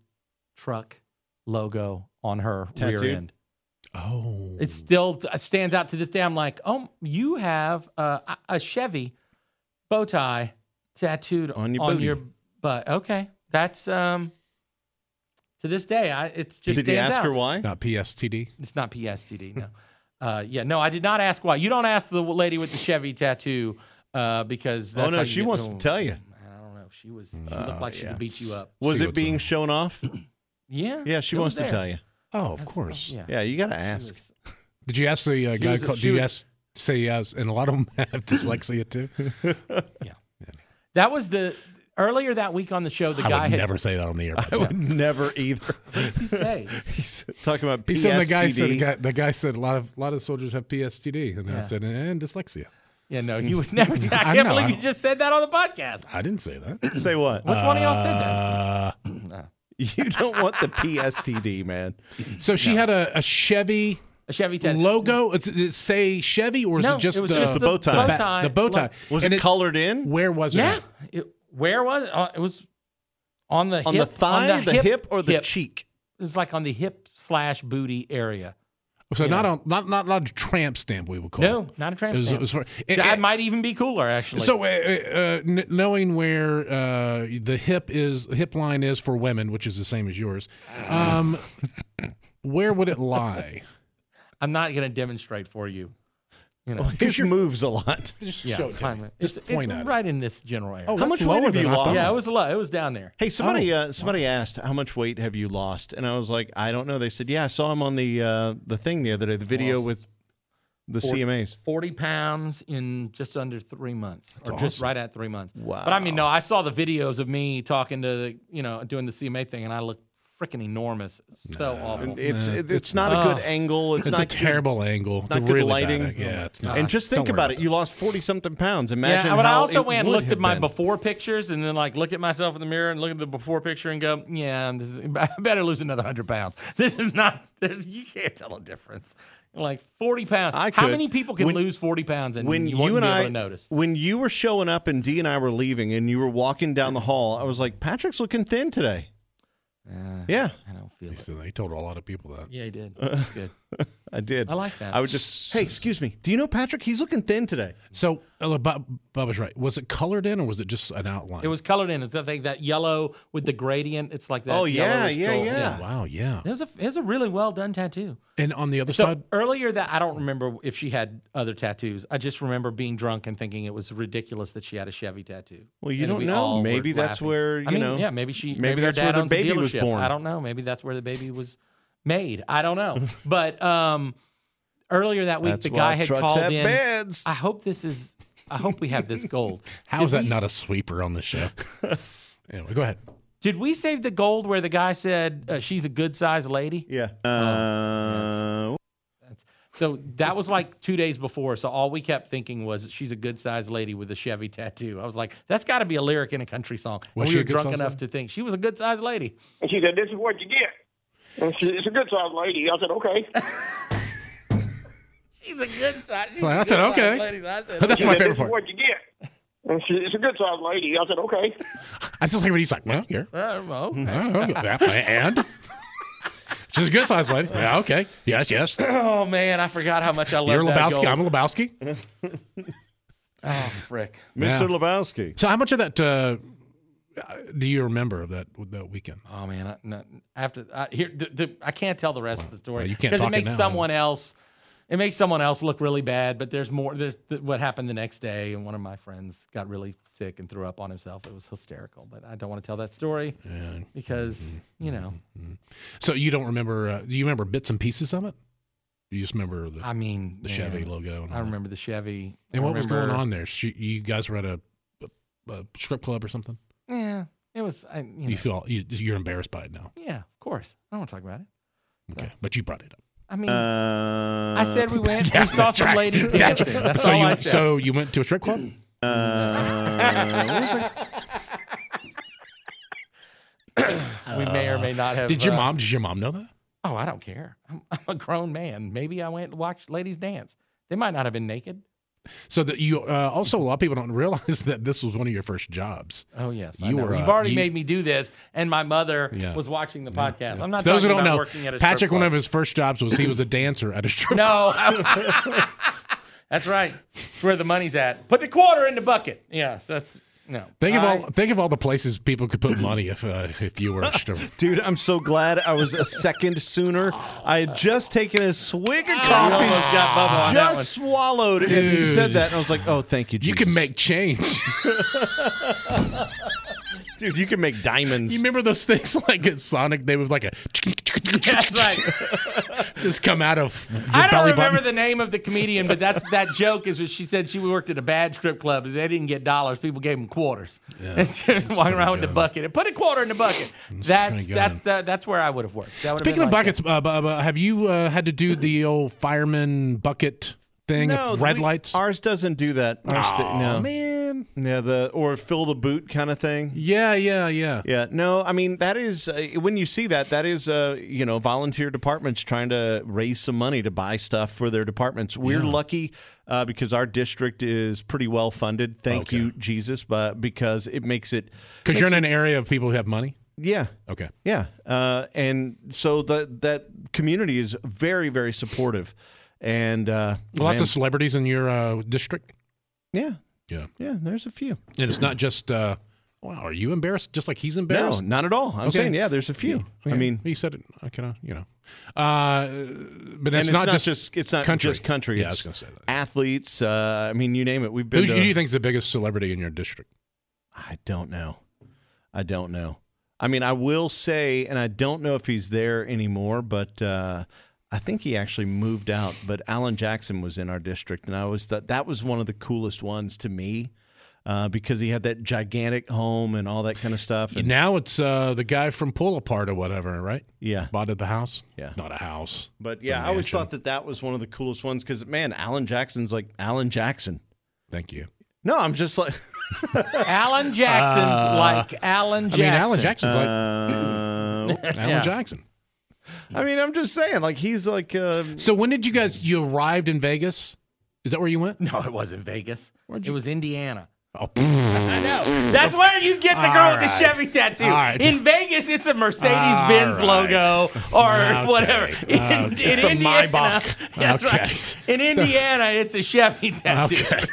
truck logo on her rear
Tattooed?
end.
Oh,
It still t- uh, stands out to this day. I'm like, oh, you have uh, a- a Chevy bow tie tattooed
On your
on
booty.
your butt. Okay, that's um. To this day, I it's just
Did you
stands
ask
out.
her why?
not PSTD.
It's not PSTD. No. Uh, yeah, no, I did not ask why. You don't ask the lady with the Chevy tattoo uh, because that's
oh, no,
how you
she
get-
wants
oh,
to tell you. Mm. Oh,
Man, I don't know. She was. She looked like she could beat you up.
Was
See
it
what's
being
up.
shown off?
Yeah.
Yeah, she
it
wants
was
to
there.
tell you.
Oh, of course.
Yeah.
Yeah, you got to ask.
was-
Did you ask the uh, guy?
was a-
called-
she
did you
was-
ask? Say yes, and a lot of them have dyslexia too.
That was the earlier that week on the show. The
I
guy
would
had.
never say that on the air. by the way.
Never either.
What did you say?
He's talking about PSTD.
He said the guy said the guy, the guy said a lot of a lot of soldiers have PSTD, and I
Yeah.
said and dyslexia.
yeah, no, you would never say. I
I
can't
know,
believe
I
you
don't-
just said that on the podcast.
I didn't say that.
Say what?
Which one of y'all said that?
Uh,
You don't want the PSTD, man.
so she had a, a Chevy
A Chevy tattoo.
logo. It's- Did it say Chevy, or is
No,
it just
it was
the,
just the
bow tie.
ba- The bow tie.
Like-
Was
And
it, colored in?
Where was it?
Yeah. It- where was it? Uh, it was on the
On
hip,
the thigh, the, hip, or the
hip.
cheek?
It was like on the hip slash booty area.
So not on not not not a tramp stamp. We would call
No,
it.
not a tramp
It was,
stamp.
it was for, and-
that
and-
might even be cooler actually.
so uh, uh, uh, kn- knowing where uh, the hip is hip line is for women, which is the same as yours, um, where would it lie?
I'm not going to demonstrate for you. You know,
Well, his moves a lot.
yeah,
Show it to
fine.
me.
It's-
Just point
it's
at it.
right in this general area.
How
Oh, that's
much weight
lower
have
than
you
I thought.
lost?
yeah, it was low. It was down there.
Hey, somebody,
Oh.
uh, somebody asked how much weight have you lost, and I was like, I don't know. They said, Yeah, I saw him on the uh, the thing the other day, the video with the CMAs.
40 pounds in just under three months or just right at three months.
Wow.
But I mean, no, I saw the videos of me talking to, the, you know, doing the CMA thing and I looked freaking enormous. So awful.
It's it- it's, not a good angle. It's,
It's
not
a terrible angle.
not
It's
good
really
lighting.
bad angle. yeah, it's
Good.
not.
And just think about it. You lost forty something pounds. Imagine.
yeah, but I
how
also
it
went and
would
looked
have
at my
been.
before pictures and then like look at myself in the mirror and look at the before picture and go, yeah, this is, I better lose another 100 pounds. This is not, there's, you can't tell a difference. Like 40 pounds.
I
How
could.
many people can
When-
lose 40 pounds and
when
you,
you, and
wouldn't be
I
able to notice?
when you were showing up and D and I were leaving and you were walking down the hall, I was like, Patrick's looking thin today. yeah,
I don't feel it.
So they told a lot of people that.
Yeah, he did. That's good.
I did.
I like that.
I would just, hey, excuse me. Do you know Patrick? He's looking thin today.
So uh, Bob, Bubba's right. Was it colored in or was it just an outline?
It was colored in. It's that thing, that yellow with the gradient. It's like that.
Oh, yeah,
yellowish
yeah,
gold.
yeah.
Oh, Wow, yeah.
It was, a, it was a really well done tattoo.
And on the other
So
side,
earlier that I don't remember if she had other tattoos. I just remember being drunk and thinking it was ridiculous that she had a Chevy tattoo.
Well, you
And
don't
we
know.
all were
Maybe that's
laughing.
where,
I
you
mean,
know,
Yeah, maybe she.
maybe
Maybe,
that's
her
where
dad
the
owns a
baby was
dealership.
born.
I don't know. Maybe that's where the baby was made. I don't know. But um, earlier that week,
that's
the
why
guy had
trucks
called
have
in.
beds.
I hope this is. I hope we have this gold.
how is that not a sweeper on the show? anyway, go ahead.
Did we save the gold where the guy said uh, she's a good sized lady?
yeah. Uh,
So that was like two days before. So all we kept thinking was she's a good sized lady with a Chevy tattoo. I was like, that's got to be a lyric in a country song. And
Was
we
she
were
a good
drunk
sized
enough
lady?
to think she was a good sized lady.
And she said, This is what you get. And she, it's a good sized lady. I said, Okay.
She's a good size.
Well, I said, okay.
I said,
But that's
She
my favorite
said, this is
part.
what you get. And she, it's a good sized lady. I said, Okay.
I just like when he's like, well, here.
"Uh, well,
Oh, okay. Yeah, and she's a good size lady. Yeah, okay. Yes, yes.
oh man, I forgot how much I loved
You're
that
Lebowski.
gold.
I'm Lebowski.
Oh frick.
Yeah.
Mr. Lebowski.
So, how much of that uh, do you remember of that that weekend?
Oh man, I, no, after I, here, the, the, I can't tell the rest of the story
well, you can't
it
talk it
makes
now,
someone else. It makes someone else look really bad, but there's more. There's th- what happened the next day, and one of my friends got really sick and threw up on himself. It was hysterical, but I don't want to tell that story because you know.
So you don't remember? Uh, do you remember bits and pieces of it? You just remember the,
I mean,
the Chevy
man,
logo. And,
I
all that.
remember the Chevy.
And
I
what was going
remember-
on there? She, you guys were at a, a, a strip club or something.
Yeah, it was. I, you know,
You feel you, you're embarrassed by it now.
yeah, of course. I don't want to talk about it.
Okay, but you brought it up.
I mean,
Uh,
I said we went.
Yeah,
we saw
that's
some
right.
ladies
That's-
dancing. That's
so
all
you
I said.
so you went to a strip club?
uh,
we may or may not have.
Did your
uh,
mom? Did your mom know that?
Oh, I don't care. I'm, I'm a grown man. Maybe I went and watched ladies dance. They might not have been naked.
So that you uh, also a lot of people don't realize that this was one of your first jobs.
Oh yes, I
You
know.
were,
You've
uh,
already
you-
made me do this, and my mother
Yeah.
was watching the podcast. I'm not.
For those who
talking
don't
about
know,
working at a strip
Patrick, one
club.
of his first jobs was he was a dancer at a strip. club.
No, that's right. It's where the money's at. Put the quarter in the bucket. Yeah, so that's no.
Think of
I-
all think of all the places people could put money if uh, if you were a stripper.
dude, I'm so glad I was a second sooner. I had just taken a swig of
I
coffee.
almost got Bubba on that one.
just swallowed it. And you
Dude.
said that, and I was like, "Oh, thank you,
you
Jesus."
can make change.
dude. You can make diamonds.
You remember those things like at Sonic? They would like a
That's right.
just come out of your
I don't
belly
remember
button.
the name of the comedian, but that's that joke is what she said she worked at a bad strip club. and They didn't get dollars; people gave them quarters. and she was walking around with the bucket and put a quarter in the bucket. That's
pretty good.
that's the, that's where I would have worked. That would
Speaking
have been
of
like
buckets, uh, bu- bu- have you uh, had to do the old fireman bucket thing?
no
of red
we-
lights.
Ours doesn't do that. Ours do- no,
man.
yeah, the or fill the boot kind of thing.
Yeah, yeah, yeah.
Yeah, no, I mean that is uh, when you see that that is uh, you know volunteer departments trying to raise some money to buy stuff for their departments. We're lucky uh, because our district is pretty well funded. Thank
Okay.
you, Jesus, but because it makes it
Because you're in
makes
an area of people who have money.
it- yeah
Okay.
Yeah, uh, and so that that community is very very supportive, and uh,
Lots
man,
of celebrities in your uh, district.
yeah
Yeah.
yeah. There's a few.
And it's not just, uh, wow, are you embarrassed? Just like he's
No,
embarrassed?
not at all. I'm
Okay.
saying yeah, there's a few. I
Yeah.
mean,
you said it. I kind of, you know. Uh, but it's,
and
not, just,
it's not
country.
just country.
Yeah, I was
it's
gonna say that.
athletes. Uh, I mean, you name it. We've
who
been.
do
to-
you think is the biggest celebrity in your district?
I don't know. I don't know. I mean, I will say, and I don't know if he's there anymore, but uh, I think he actually moved out. But Alan Jackson was in our district, and I was that that was one of the coolest ones to me uh, because he had that gigantic home and all that kind of stuff. And,
Now it's uh, the guy from Pull Apart or whatever, right?
yeah,
Bought at the house.
Yeah.
Not a house.
but
It's
yeah,
a
I always
mansion.
thought that that was one of the coolest ones because man, Alan Jackson's like Alan Jackson.
Thank you.
No, I'm just like
Alan Jackson's like Alan Jackson.
Uh, I mean, Alan Jackson's like
Uh,
Alan
yeah.
Jackson.
I mean, I'm just saying, like he's like uh,
So when did you guys? You arrived in Vegas. Is that where you went?
No, it wasn't Vegas.
Where'd
It
you-
was Indiana.
Oh,
I know. That's where you get the girl
All
with the
right.
Chevy tattoo.
All right.
In Vegas, it's a Mercedes Benz
All right.
logo or
Okay.
whatever. In,
Uh,
in
it's the
Indiana,
Maybach.
That's
Okay.
right. In Indiana, it's a Chevy tattoo.
Okay.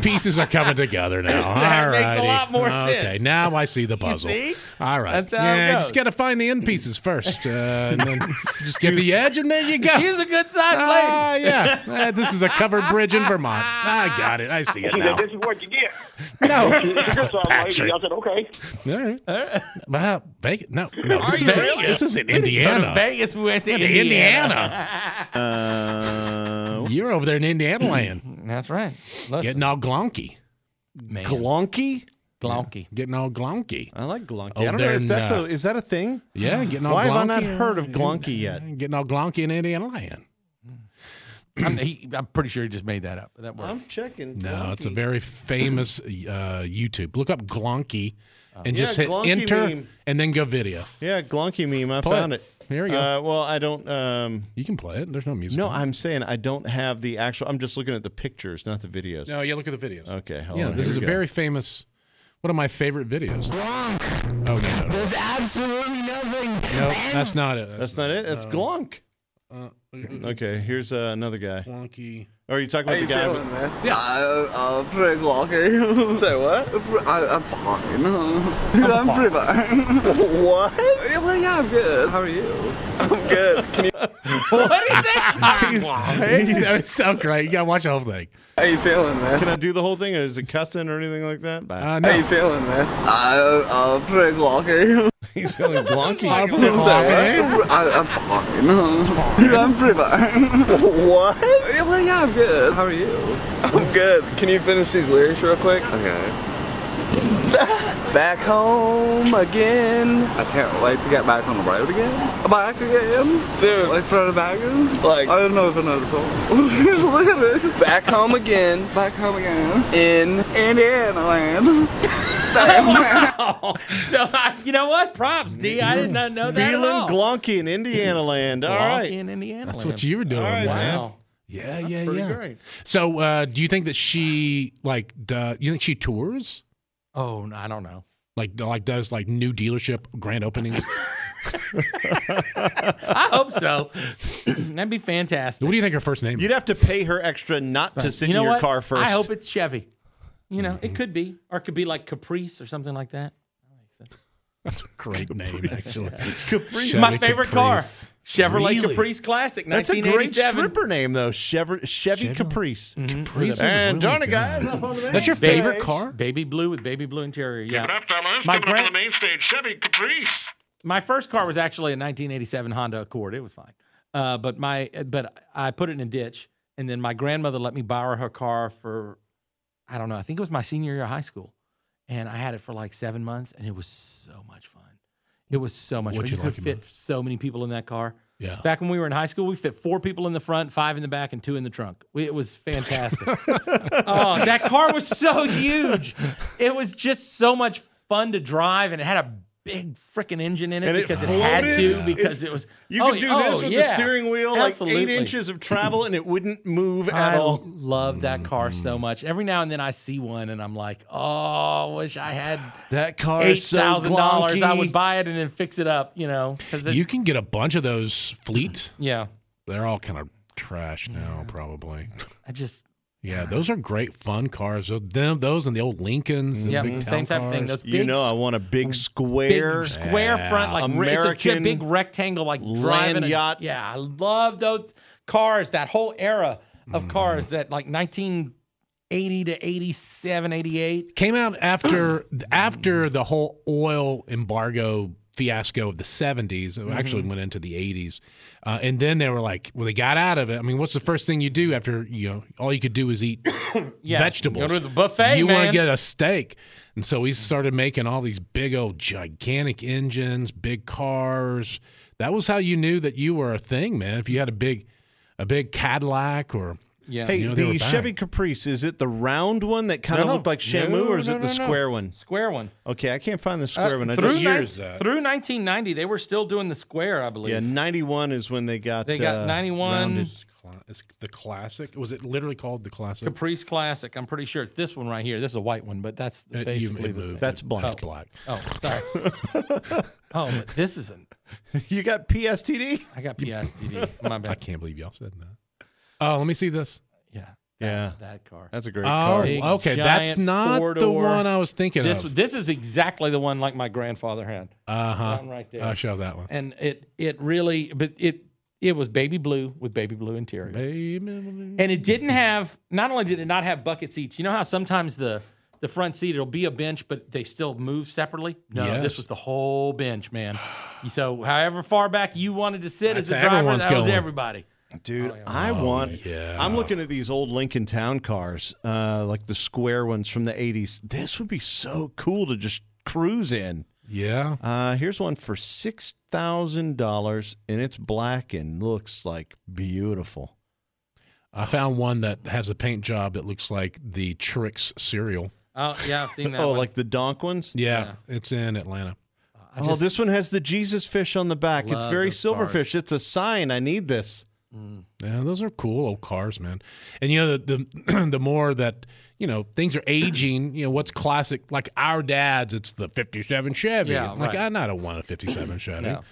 Pieces are coming together now.
That
All
makes a
righty.
lot more
okay.
sense.
now I see the puzzle.
see?
All right.
That's how it
yeah, you
goes.
just got to find the end pieces first. Uh, and then just get the edge, and there you go.
She's a good sized lady.
Ah, yeah. Ah, this is a covered bridge in Vermont. I got it. I see it
She
now.
said, "This is what you get."
No.
It's a good sized lady.
Patrick.
I said, "Okay."
All right. Well, Vegas. No, no.
Are
This,
you
is,
serious?
this is in
Go to
Indiana.
Vegas, we went to
Indiana.
Indiana.
Uh,
You're over there in Indiana land,
That's right.
getting all glonky,
man,
glonky.
glonky.
getting all glonky.
I like glonky.
Oh,
I don't know
they're
if that's a
not.
is that a thing.
Yeah, getting all
Why have
glonky.
I not heard of glonky yet?
Getting all glonky in Indiana land.
I'm, he, I'm pretty sure he just made that up. but That works.
I'm checking.
No, it's a
glonky.
very famous uh, YouTube. Look up glonky and just
Yeah,
hit
glonky
enter
meme.
and then go video.
yeah glonky meme. I
Play
found it.
it. Here we go.
Uh, well, I don't. Um,
You can play it. There's no music.
no,
on it.
I'm saying I don't have the actual. I'm just looking at the pictures, not the videos.
no, yeah, look at the videos.
Okay, hold
yeah,
on.
this
Here
is
Oh,
a
we go.
very famous, one of my favorite videos. Oh, no, no, no.
There's absolutely nothing.
No, that's not it.
That's not it.
Uh,
That's glonk. Okay, here's uh, another guy.
Glonky.
Or are you talking about the guy? with-
Yeah, I, I'm pretty lucky. Say what? I, I'm fine. I'm, pretty fine. what? Yeah, well, yeah, I'm good. How are you? I'm good. Can you,
What did he say? I'm glonky.
that was so great. You gotta watch the whole thing.
how you feeling, man?
Can I do the whole thing? Or is it cussing or anything like that?
Uh,
How you
no.
feeling, man? I, I'm pretty lucky.
He's feeling glonky.
Say what? I, I'm fine. Yeah, I'm pretty fine. what? Yeah, well, yeah, I'm good. How are you? I'm good. Can you finish these lyrics real quick? Okay. Back home again. I can't wait to get back on the road again. Back again? Dude, like Fred Baggins? Like, I don't know if I know the song. Here's lyrics. Back home again. Back home again. In Indiana land.
So I, you know what? Props, D. I did not know that at all.
Feeling glonky in Indiana land. All
Glonky
right.
in Indiana.
That's what you were doing.
right,
man.
Wow.
Yeah, yeah,
pretty
yeah.
great.
So, uh, do you think that she like? Uh, you think she tours?
Oh, no, I don't know.
Like, like does like new dealership grand openings?
I hope so. That'd be fantastic.
what do you think her first name? is?
You'd have to pay her extra not to sit
You know
in your
what?
car first. Mm-hmm.
I hope it's Chevy. You know, it could be, or it could be like Caprice or something like that.
That's a great name, actually.
Caprice.
Chevy
My favorite car,
Caprice.
Chevrolet
Really?
Caprice Classic,
That's a great
1987.
stripper name, though. Chevy, Chevy Caprice.
Caprice is
And
really
Johnny,
good.
guys, up on the
That's your
main
favorite
stage.
car?
Baby blue with baby blue interior. Yeah.
fellas,
My coming up to the
main stage, Chevy Caprice.
My first car was actually a 1987 Honda Accord. It was fine. Uh, but my but I put it in a ditch, and then my grandmother let me borrow her car for I don't know. I think it was my senior year of high school, and I had it for like seven months, and it was so much fun. It was so much
What'd
fun.
you
You could
like
fit
about
so many people in that car.
Yeah.
Back when we were in high school, we fit four people in the front, five in the back, and two in the trunk. We, it was fantastic. oh, that car was so huge. It was just so much fun to drive, and it had a big freaking engine in it
And it
because it, had
floated.
to because it was.
You
oh,
could do
oh,
this with the
yeah.
steering wheel, like
Absolutely.
eight inches of travel, and it wouldn't move at
I
all.
love that car
Mm-hmm.
so much. Every now and then I see one and I'm like, oh, I wish I had
That car
eight
is so
thousand dollars. I
glonky.
would buy it and then fix it up, you know. Because
You can get a bunch of those fleet.
yeah,
They're all kind of trash now, probably.
I just
Yeah, those are great fun cars. Those- Them, those, and the old Lincolns. and
yeah,
big
same
town
type of thing. Those
cars.
big,
You know, I want a big
big
square.
square front, like re- it's a j-
American
big rectangle, like driving
land
a-
yacht.
Yeah, I love those cars. That whole era of
Mm-hmm.
cars that like 1980 to 87, 88.
Came out after after the whole oil embargo fiasco of the 70s. It
Mm-hmm.
actually went into the 80s. Uh, and then they were like, well, they got out of it. I mean, what's the first thing you do after, you know, all you could do is eat
Yeah,
vegetables.
Go to the buffet.
You
want
to get a steak. And so we started making all these big old gigantic engines, big cars. That was how you knew that you were a thing, man. If you had a big a big Cadillac or
yeah.
Hey,
You know, they
the
were back.
Chevy Caprice, is it the round one that kind of
No, no.
looked like Shamu,
No,
or is
no,
it the
no, no.
square one?
square one.
Okay, I can't find the
Uh,
square one. I
through,
just,
ni-
years, uh,
through 1990, they were still doing the square, I believe.
yeah, 91 is when they got
they got
uh,
91,
rounded.
cla- it's the classic. Was it literally called the classic?
Caprice Classic. I'm pretty sure it's this one right here. This is a white one, but that's
Uh, you-
basically
it
the
moved.
thing.
That's black.
That's black.
Oh, sorry. oh, but this isn't.
You got PSTD?
I got PSTD. My
I
bad.
can't believe y'all said that. Oh, let me see this.
Yeah. that-
Yeah.
That car.
That's a great
Oh,
car.
Big,
okay. That's
giant
not the
four-door.
one I was thinking
This
of.
this is exactly the one like my grandfather had.
Uh
That
huh.
one right there.
I'll show that one.
and it it really but it it was baby blue with baby blue interior.
Baby.
and it didn't have not only did it not have bucket seats you know how sometimes the the front seat it'll be a bench but they still move separately no
Yes.
this was the whole bench man so however far back you wanted to sit as a
That's
driver
everyone's
that was
going.
everybody Oh,
Dude, I want.
yeah.
I'm looking at these old Lincoln Town cars, uh, like the square ones from the 80s. This would be so cool to just cruise in.
Yeah.
Uh, here's one for six thousand dollars, and it's black and looks like beautiful.
I found one that has a paint job that looks like the Trix cereal.
oh yeah i've seen that
Oh,
one.
like the donk ones.
Yeah, it's in Atlanta.
I
oh,
just-
this one has the Jesus fish on the back. It's
Love
very
those cars.
silverfish. It's a sign. I need this.
Yeah, those are cool old cars, man. And you know, the the, the more that you know things are aging, you know what's classic. Like our dads, it's the '57 Chevy.
Yeah,
like
right.
I, I don't want a '57 Chevy,
No.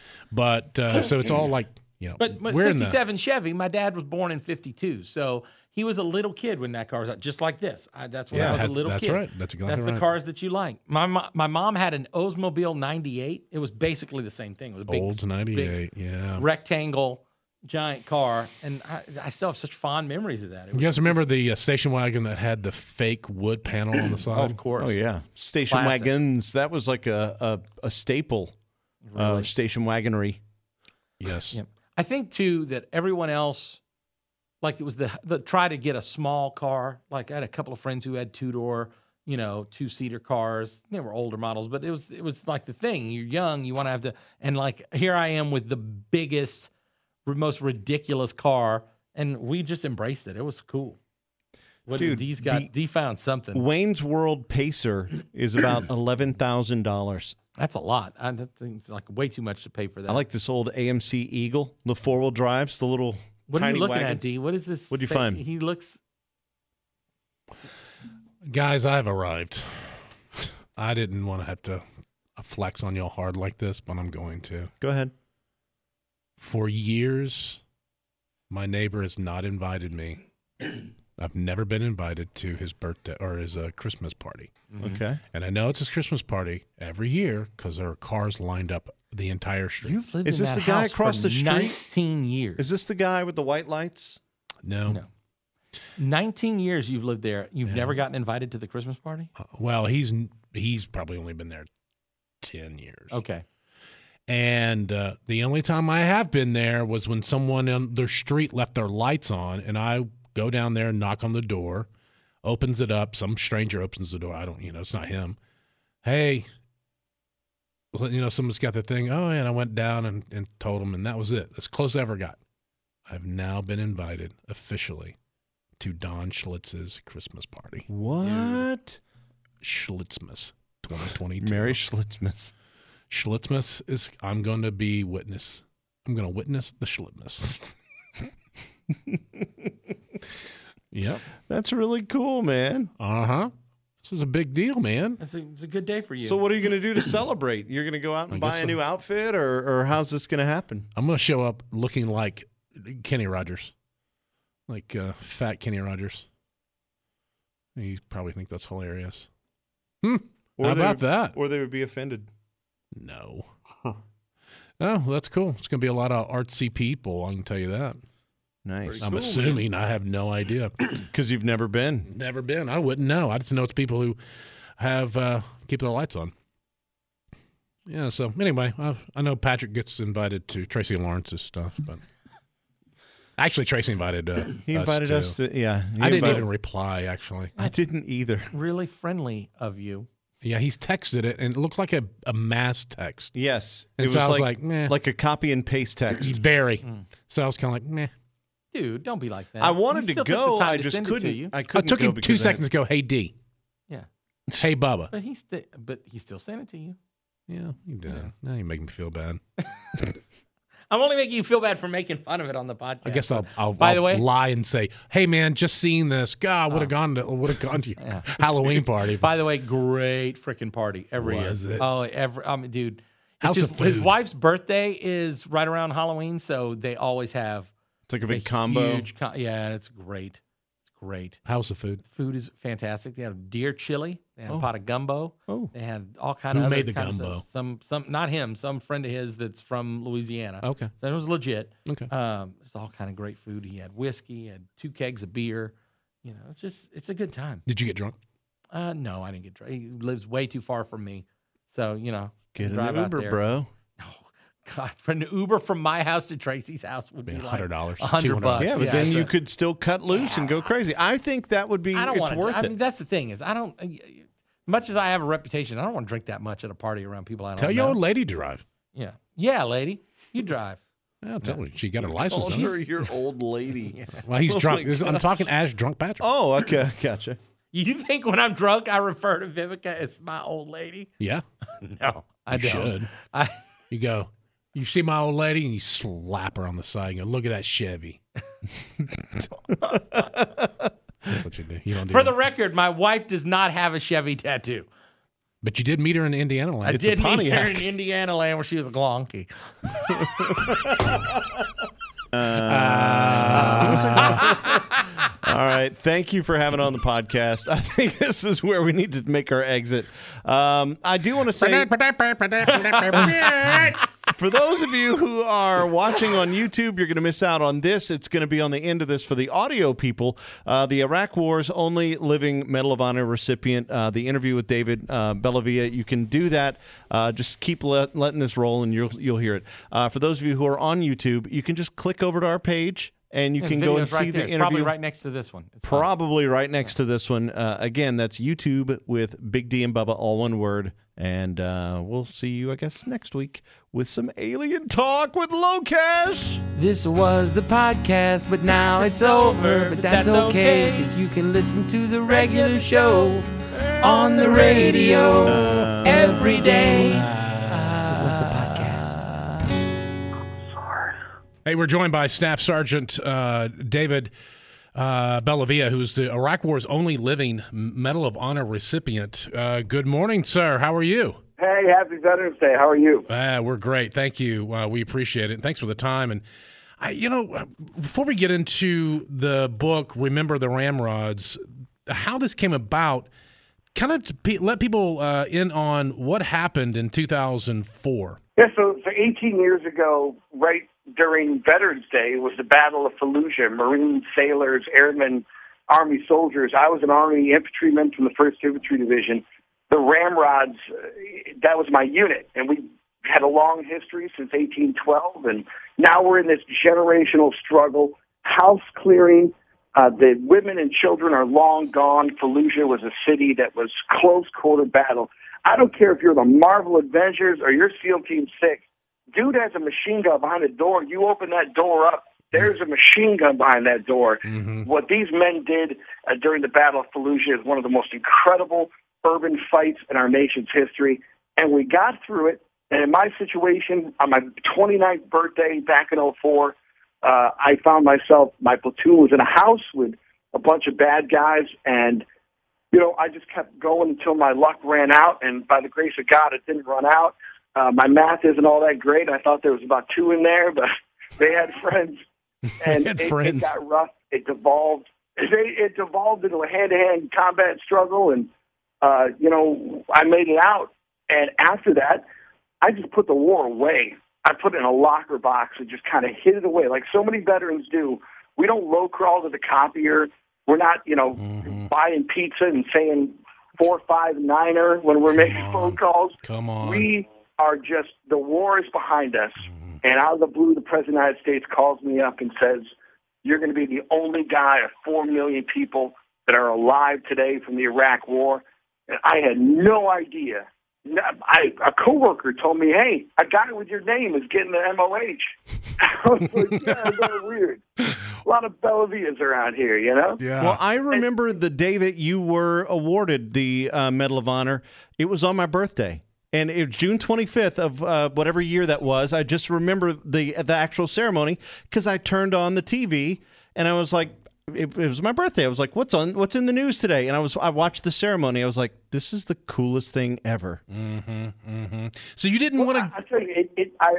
but uh, so it's all like you know.
but, but
we're in the-
57 chevy my dad was born in 52 so he was a little kid when that car was out, just like this. I, that's when
Yeah,
I was
that's-
a little
that's
kid.
right. That's exactly
That's the
right.
cars that you like. My, my my mom had an Oldsmobile '98. It was basically the same thing. It was a big,
Olds
big
'98. Yeah.
rectangle giant car and I, I still have such fond memories of that It
You
was-
guys remember the uh, station wagon that had the fake wood panel on the side?
oh, of course
Oh yeah, station
Classic.
wagons. That was like a a, a staple
Really.
of station wagonery.
Yes.
Yep. i think too that everyone else like it was the, the try to get a small car like i had a couple of friends who had two door you know two seater cars they were older models but it was it was like the thing you're young you want to have the and like here i am with the biggest r- most ridiculous car and we just embraced it it was cool what
Dude,
Dude, these got
the-
D found something
Wayne's World Pacer is about eleven thousand dollars.
that's a lot i that thing's like way too much to pay for that
I like this old AMC Eagle, the four wheel drives, the little
What
tiny
are you looking
wagons.
at, D? What is this?
What'd you
fake-
find?
He looks.
Guys, I've arrived. I didn't want to have to uh, flex on y'all hard like this, but I'm going to.
Go ahead.
For years, my neighbor has not invited me. I've never been invited to his birthday or his uh, Christmas party.
Mm-hmm.
Okay.
And I know it's his Christmas party every year because there are cars lined up the entire street.
You've lived
Is
in
this
that
the guy
house
across
for
the street?
19 years.
Is this the guy with the white lights?
no.
No. 19 years you've lived there. You've never gotten invited to the Christmas party?
Oh,
Uh, well, he's he's probably only been there 10 years.
Okay.
And uh, the only time I have been there was when someone on their street left their lights on, and I go down there and knock on the door, opens it up. Some stranger opens the door. I don't, you know, it's not him. Hey, well, you know, someone's got their thing. Oh, and I went down and, and told him, and that was it. That's close I ever got. I've now been invited officially to Don Schlitz's Christmas party,
What?
Schlitzmas 2022.
Mary Schlitzmas.
Schlitzmas is I'm going to be witness. I'm going to witness the Schlitzmas. yep.
That's really cool, man.
Uh huh. This was a big deal, man.
It's a, it's a good day for you.
So, what are you going to do to celebrate? You're going to go out and
I
buy
guess
a
so.
new outfit, or, or how's this going to happen?
I'm going to show up looking like Kenny Rogers, like uh, fat Kenny Rogers. You probably think that's hilarious. Hmm. How
they
about
would-
that?
Or they would be offended.
No. Oh, well, that's cool. It's going to be a lot of artsy people. I can tell you that.
Nice.
I'm assuming. I have no idea.
Because Um, you've never been.
Never been. I wouldn't know. I just know it's people who have uh, keep their lights on. Yeah. So anyway, I, I know Patrick gets invited to Tracy Lawrence's stuff, but actually Tracy invited. Uh,
He invited us,
too.
to, yeah. he
I didn't
invited-
even reply. Actually,
I didn't either.
really friendly of you.
yeah, he's texted it, and it looked like a, a mass text.
Yes.
And
it
so
was,
I was
like,
like, meh.
like a copy and paste text.
Very.
Mm.
So I was kind of like, meh.
Dude, don't be like that.
I
You
wanted to
still took the
go.
time
I
to
just
send it to
couldn't.
you.
I
I
couldn't.
took
go
him two
because I had-
seconds to go. Hey D.
Yeah.
Hey Bubba.
But he still but he still sent it to you.
Yeah, you did. Now you make me feel bad.
I'm only making you feel bad for making fun of it on the podcast.
I guess I'll, I'll,
By the
I'll
way- Oh.
lie and say, "Hey, man, just seeing this. God, would have gone to would have gone to your Halloween party."
By the way, great freaking party every
Was
year.
it?
Oh, every um, dude.
House
it's his,
of
his
Food.
wife's birthday is right around Halloween, so they always have
It's like a big combo.
Huge co- yeah, it's great. It's great.
House of food.
Food is fantastic. They had deer chili. They had
Oh.
a pot of gumbo.
Oh.
They had all kind
Who
of
made
other
the
kinds of
gumbo?
stuff. Some some not him. Some friend of his that's from Louisiana.
Okay.
So it was legit.
Oh. Okay.
Um, it's all kind of great food. He had whiskey. He had two kegs of beer. You know, it's just it's a good time.
Did you get drunk?
Uh, no, I didn't get drunk. He lives way too far from me, so you know,
Get an
drive out
Uber,
there.
bro.
God, for an Uber from my house to Tracy's house would be
Yeah,
like
$100,
hundred bucks.
$200.
Yeah, but
Yeah,
then
so-
you could still cut loose and go crazy. I think that would be.
I don't
it's
want
worth
to. I
it.
mean, that's the thing is, I don't. uh, Much as I have a reputation, I don't want to drink that much at a party around people I don't
Tell
know.
your old lady to drive.
yeah, yeah, lady, you drive.
Yeah, tell her she got her license.
Call
on.
her your old lady.
Well, he's
Oh
drunk.
my
This is- I'm talking as drunk Patrick.
Oh, okay, gotcha.
You think when I'm drunk I refer to Vivica as my old lady?
Yeah,
No, I
you
don't.
should.
I,
You go. You see my old lady, and you slap her on the side. You go, look at that Chevy. That's what you do. You don't do
for
that.
the record, my wife does not have a Chevy tattoo.
But you did meet her in Indiana
I
last.
It's a
did meet her
Pontiac.
in Indiana land where she was a glonky.
All right. Thank you for having on the podcast. I think this is where we need to make our exit. Um, I do want to say for those of you who are watching on YouTube, you're going to miss out on this. It's going to be on the end of this for the audio people. Uh, the Iraq War's only living Medal of Honor recipient, uh, the interview with David uh, Bellavia. You can do that. Uh, just keep let, letting this roll, and you'll you'll hear it. Uh, for those of you who are on YouTube, you can just click over to our page. And you
The
can go and
video's right
see
there.
the
It's
interview.
Probably right next to this one. It's fine.
Probably right next to this one. Uh, again, that's YouTube with Big D and Bubba, all one word. And uh, we'll see you, I guess, next week with some alien talk with Low Cash.
This was the podcast, but now it's over. But that's okay,
okay.
because you can listen to the regular show on the radio every day. It was the podcast.
Hey, we're joined by Staff Sergeant uh, David uh, Bellavia, who's the Iraq War's only living Medal of Honor recipient. Uh, good morning, sir. How are you?
Hey, happy Veterans Day. How are you?
Uh, we're great. Thank you. Uh, we appreciate it. Thanks for the time. And I, you know, uh, before we get into the book, remember the Ramrods, how this came about. Kind of pe- let people uh, in on what happened in 2004.
Yeah, so, so 18 years ago, right during Veterans Day, was the Battle of Fallujah. Marines, sailors, airmen, Army soldiers. I was an Army infantryman from the 1st Infantry Division. The Ramrods, uh, that was my unit, and we had a long history since 1812, and now we're in this generational struggle, house clearing. Uh, the women and children are long gone. Fallujah was a city that was close quarter battle. I don't care if you're the Marvel Avengers or you're SEAL Team Six. Dude has a machine gun behind the door. You open that door up. There's a machine gun behind that door. What these men did uh, during the Battle of Fallujah is one of the most incredible urban fights in our nation's history. And we got through it. And in my situation, on my 29th birthday back in 04, uh, I found myself, my platoon was in a house with a bunch of bad guys. And you know, I just kept going until my luck ran out, and by the grace of God, it didn't run out. Uh, my math isn't all that great. I thought there was about two in there, but they had friends, and
had
it,
friends.
it got rough. It devolved. They, it devolved into a hand-to-hand combat struggle, and uh, you know, I made it out. And after that, I just put the war away. I put it in a locker box and just kind of hid it away, like so many veterans do. We don't low crawl to the copier. We're not, you know, buying pizza and saying four, five, niner when we're making phone calls.
Come on.
We are just the war is behind us.
Mm-hmm.
And out of the blue, the president of the United States calls me up and says, "You're going to be the only guy of four million people that are alive today from the Iraq War." And I had no idea. No- I, a coworker told me, "Hey, a guy with your name is getting the MOH." I was like, "Yeah, that's kinda weird." A lot of Bellavias around here, you know.
Yeah.
Well, I remember the day that you were awarded the uh, Medal of Honor. It was on my birthday. And it, June 25th of uh, whatever year that was, I just remember the the actual ceremony because I turned on the TV and I was like, it, it was my birthday. I was like, what's on? What's in the news today? And I was I watched the ceremony. I was like, this is the coolest thing ever.
Mm-hmm, mm-hmm. So you didn't want to.
I tell you, it, it, I,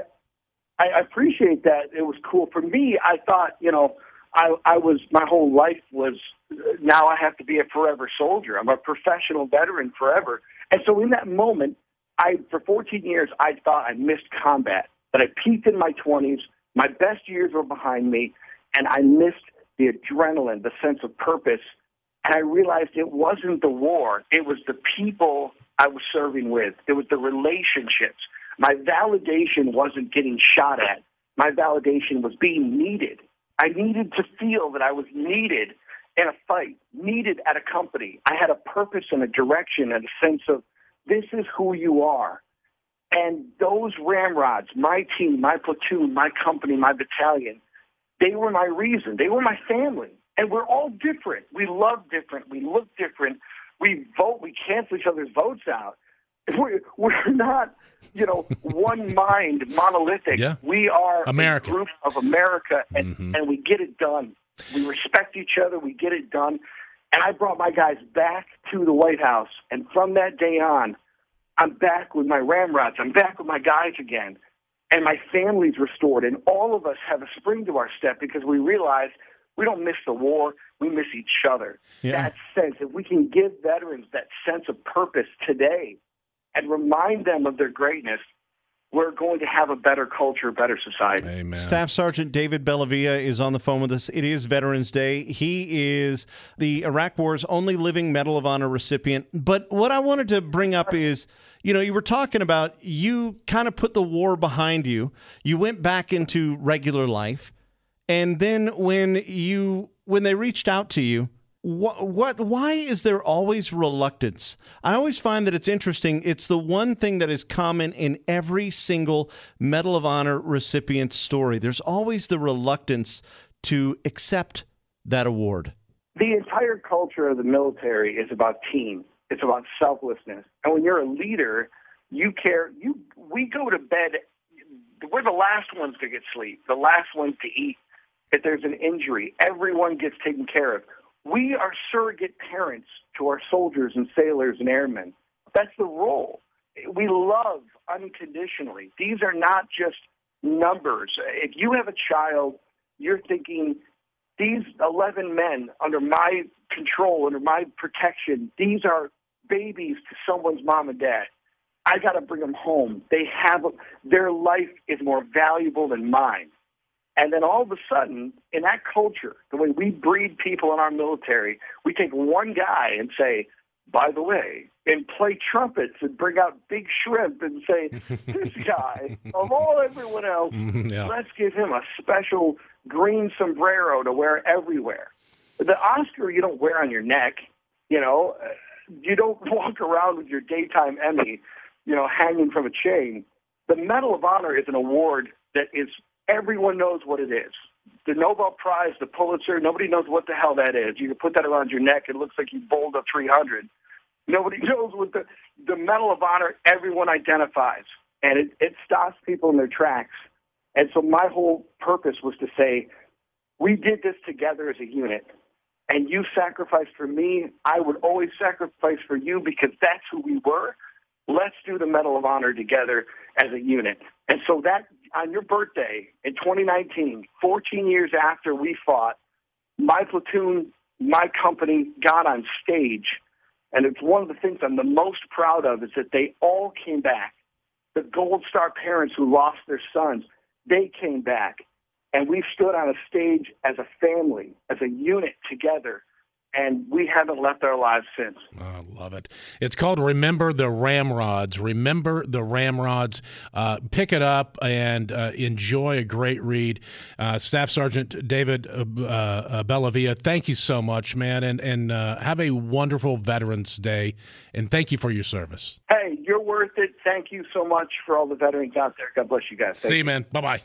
I appreciate that. It was cool for me. I thought, you know, I, I was my whole life was uh, now I have to be a forever soldier. I'm a professional veteran forever. And so in that moment, I for 14 years I thought I missed combat, but I peaked in my 20s. My best years were behind me, and I missed the adrenaline, the sense of purpose. And I realized it wasn't the war; it was the people I was serving with. It was the relationships. My validation wasn't getting shot at. My validation was being needed. I needed to feel that I was needed in a fight, needed at a company. I had a purpose and a direction and a sense of this is who you are. And those ramrods, my team, my platoon, my company, my battalion, they were my reason. They were my family. And we're all different. We love different. We look different. We vote. We cancel each other's votes out. We're, we're not, you know, one mind, monolithic.
Yeah.
We are
America.
a group of America, and, and we get it done. We respect each other. We get it done. And I brought my guys back to the White House. And from that day on, I'm back with my ramrods. I'm back with my guys again. And my family's restored. And all of us have a spring to our step because we realize we don't miss the war. We miss each other.
Yeah.
That sense, if we can give veterans that sense of purpose today and remind them of their greatness, we're going to have a better culture, a better society.
Amen.
Staff Sergeant David Bellavia is on the phone with us. It is Veterans Day. He is the Iraq War's only living Medal of Honor recipient. But what I wanted to bring up is, you know, you were talking about you kind of put the war behind you. You went back into regular life, and then when you when they reached out to you, what, what why is there always reluctance i always find that it's interesting it's the one thing that is common in every single medal of honor recipient story there's always the reluctance to accept that award
the entire culture of the military is about team. It's about selflessness. And when you're a leader, you care. You we go to bed. We're the last ones to get sleep. The last ones to eat. If there's an injury, everyone gets taken care of. We are surrogate parents to our soldiers and sailors and airmen. That's the role. We love unconditionally. These are not just numbers. If you have a child, you're thinking these 11 men under my control, under my protection, these are babies to someone's mom and dad. I got to bring them home. They have their life is more valuable than mine. And then all of a sudden, in that culture, the way we breed people in our military, we take one guy and say, by the way, and play trumpets and bring out big shrimp and say, this guy, of all everyone else,
yeah.
let's give him a special green sombrero to wear everywhere. The Oscar you don't wear on your neck, you know, uh, you don't walk around with your daytime Emmy, you know, hanging from a chain. The Medal of Honor is an award that is everyone knows what it is. The Nobel Prize, the Pulitzer, nobody knows what the hell that is. You can put that around your neck, it looks like you bowled a 300. Nobody knows what the the Medal of Honor. Everyone identifies, and it, it stops people in their tracks. And so my whole purpose was to say, we did this together as a unit, and you sacrificed for me. I would always sacrifice for you because that's who we were. Let's do the Medal of Honor together as a unit. And so that on your birthday in 2019, 14 years after we fought, my platoon, my company got on stage. And it's one of the things I'm the most proud of is that they all came back. The Gold Star parents who lost their sons, they came back. And we stood on a stage as a family, as a unit together. And we haven't left our lives since.
Oh, I love it. It's called Remember the Ramrods. Remember the Ramrods. Uh, pick it up and uh, enjoy a great read. Uh, Staff Sergeant David uh, uh, Bellavia, thank you so much, man, and and uh, have a wonderful Veterans Day. And thank you for your service.
Hey, you're worth it. Thank you so much for all the veterans out there. God bless you guys. Thank
See you, man. Bye bye.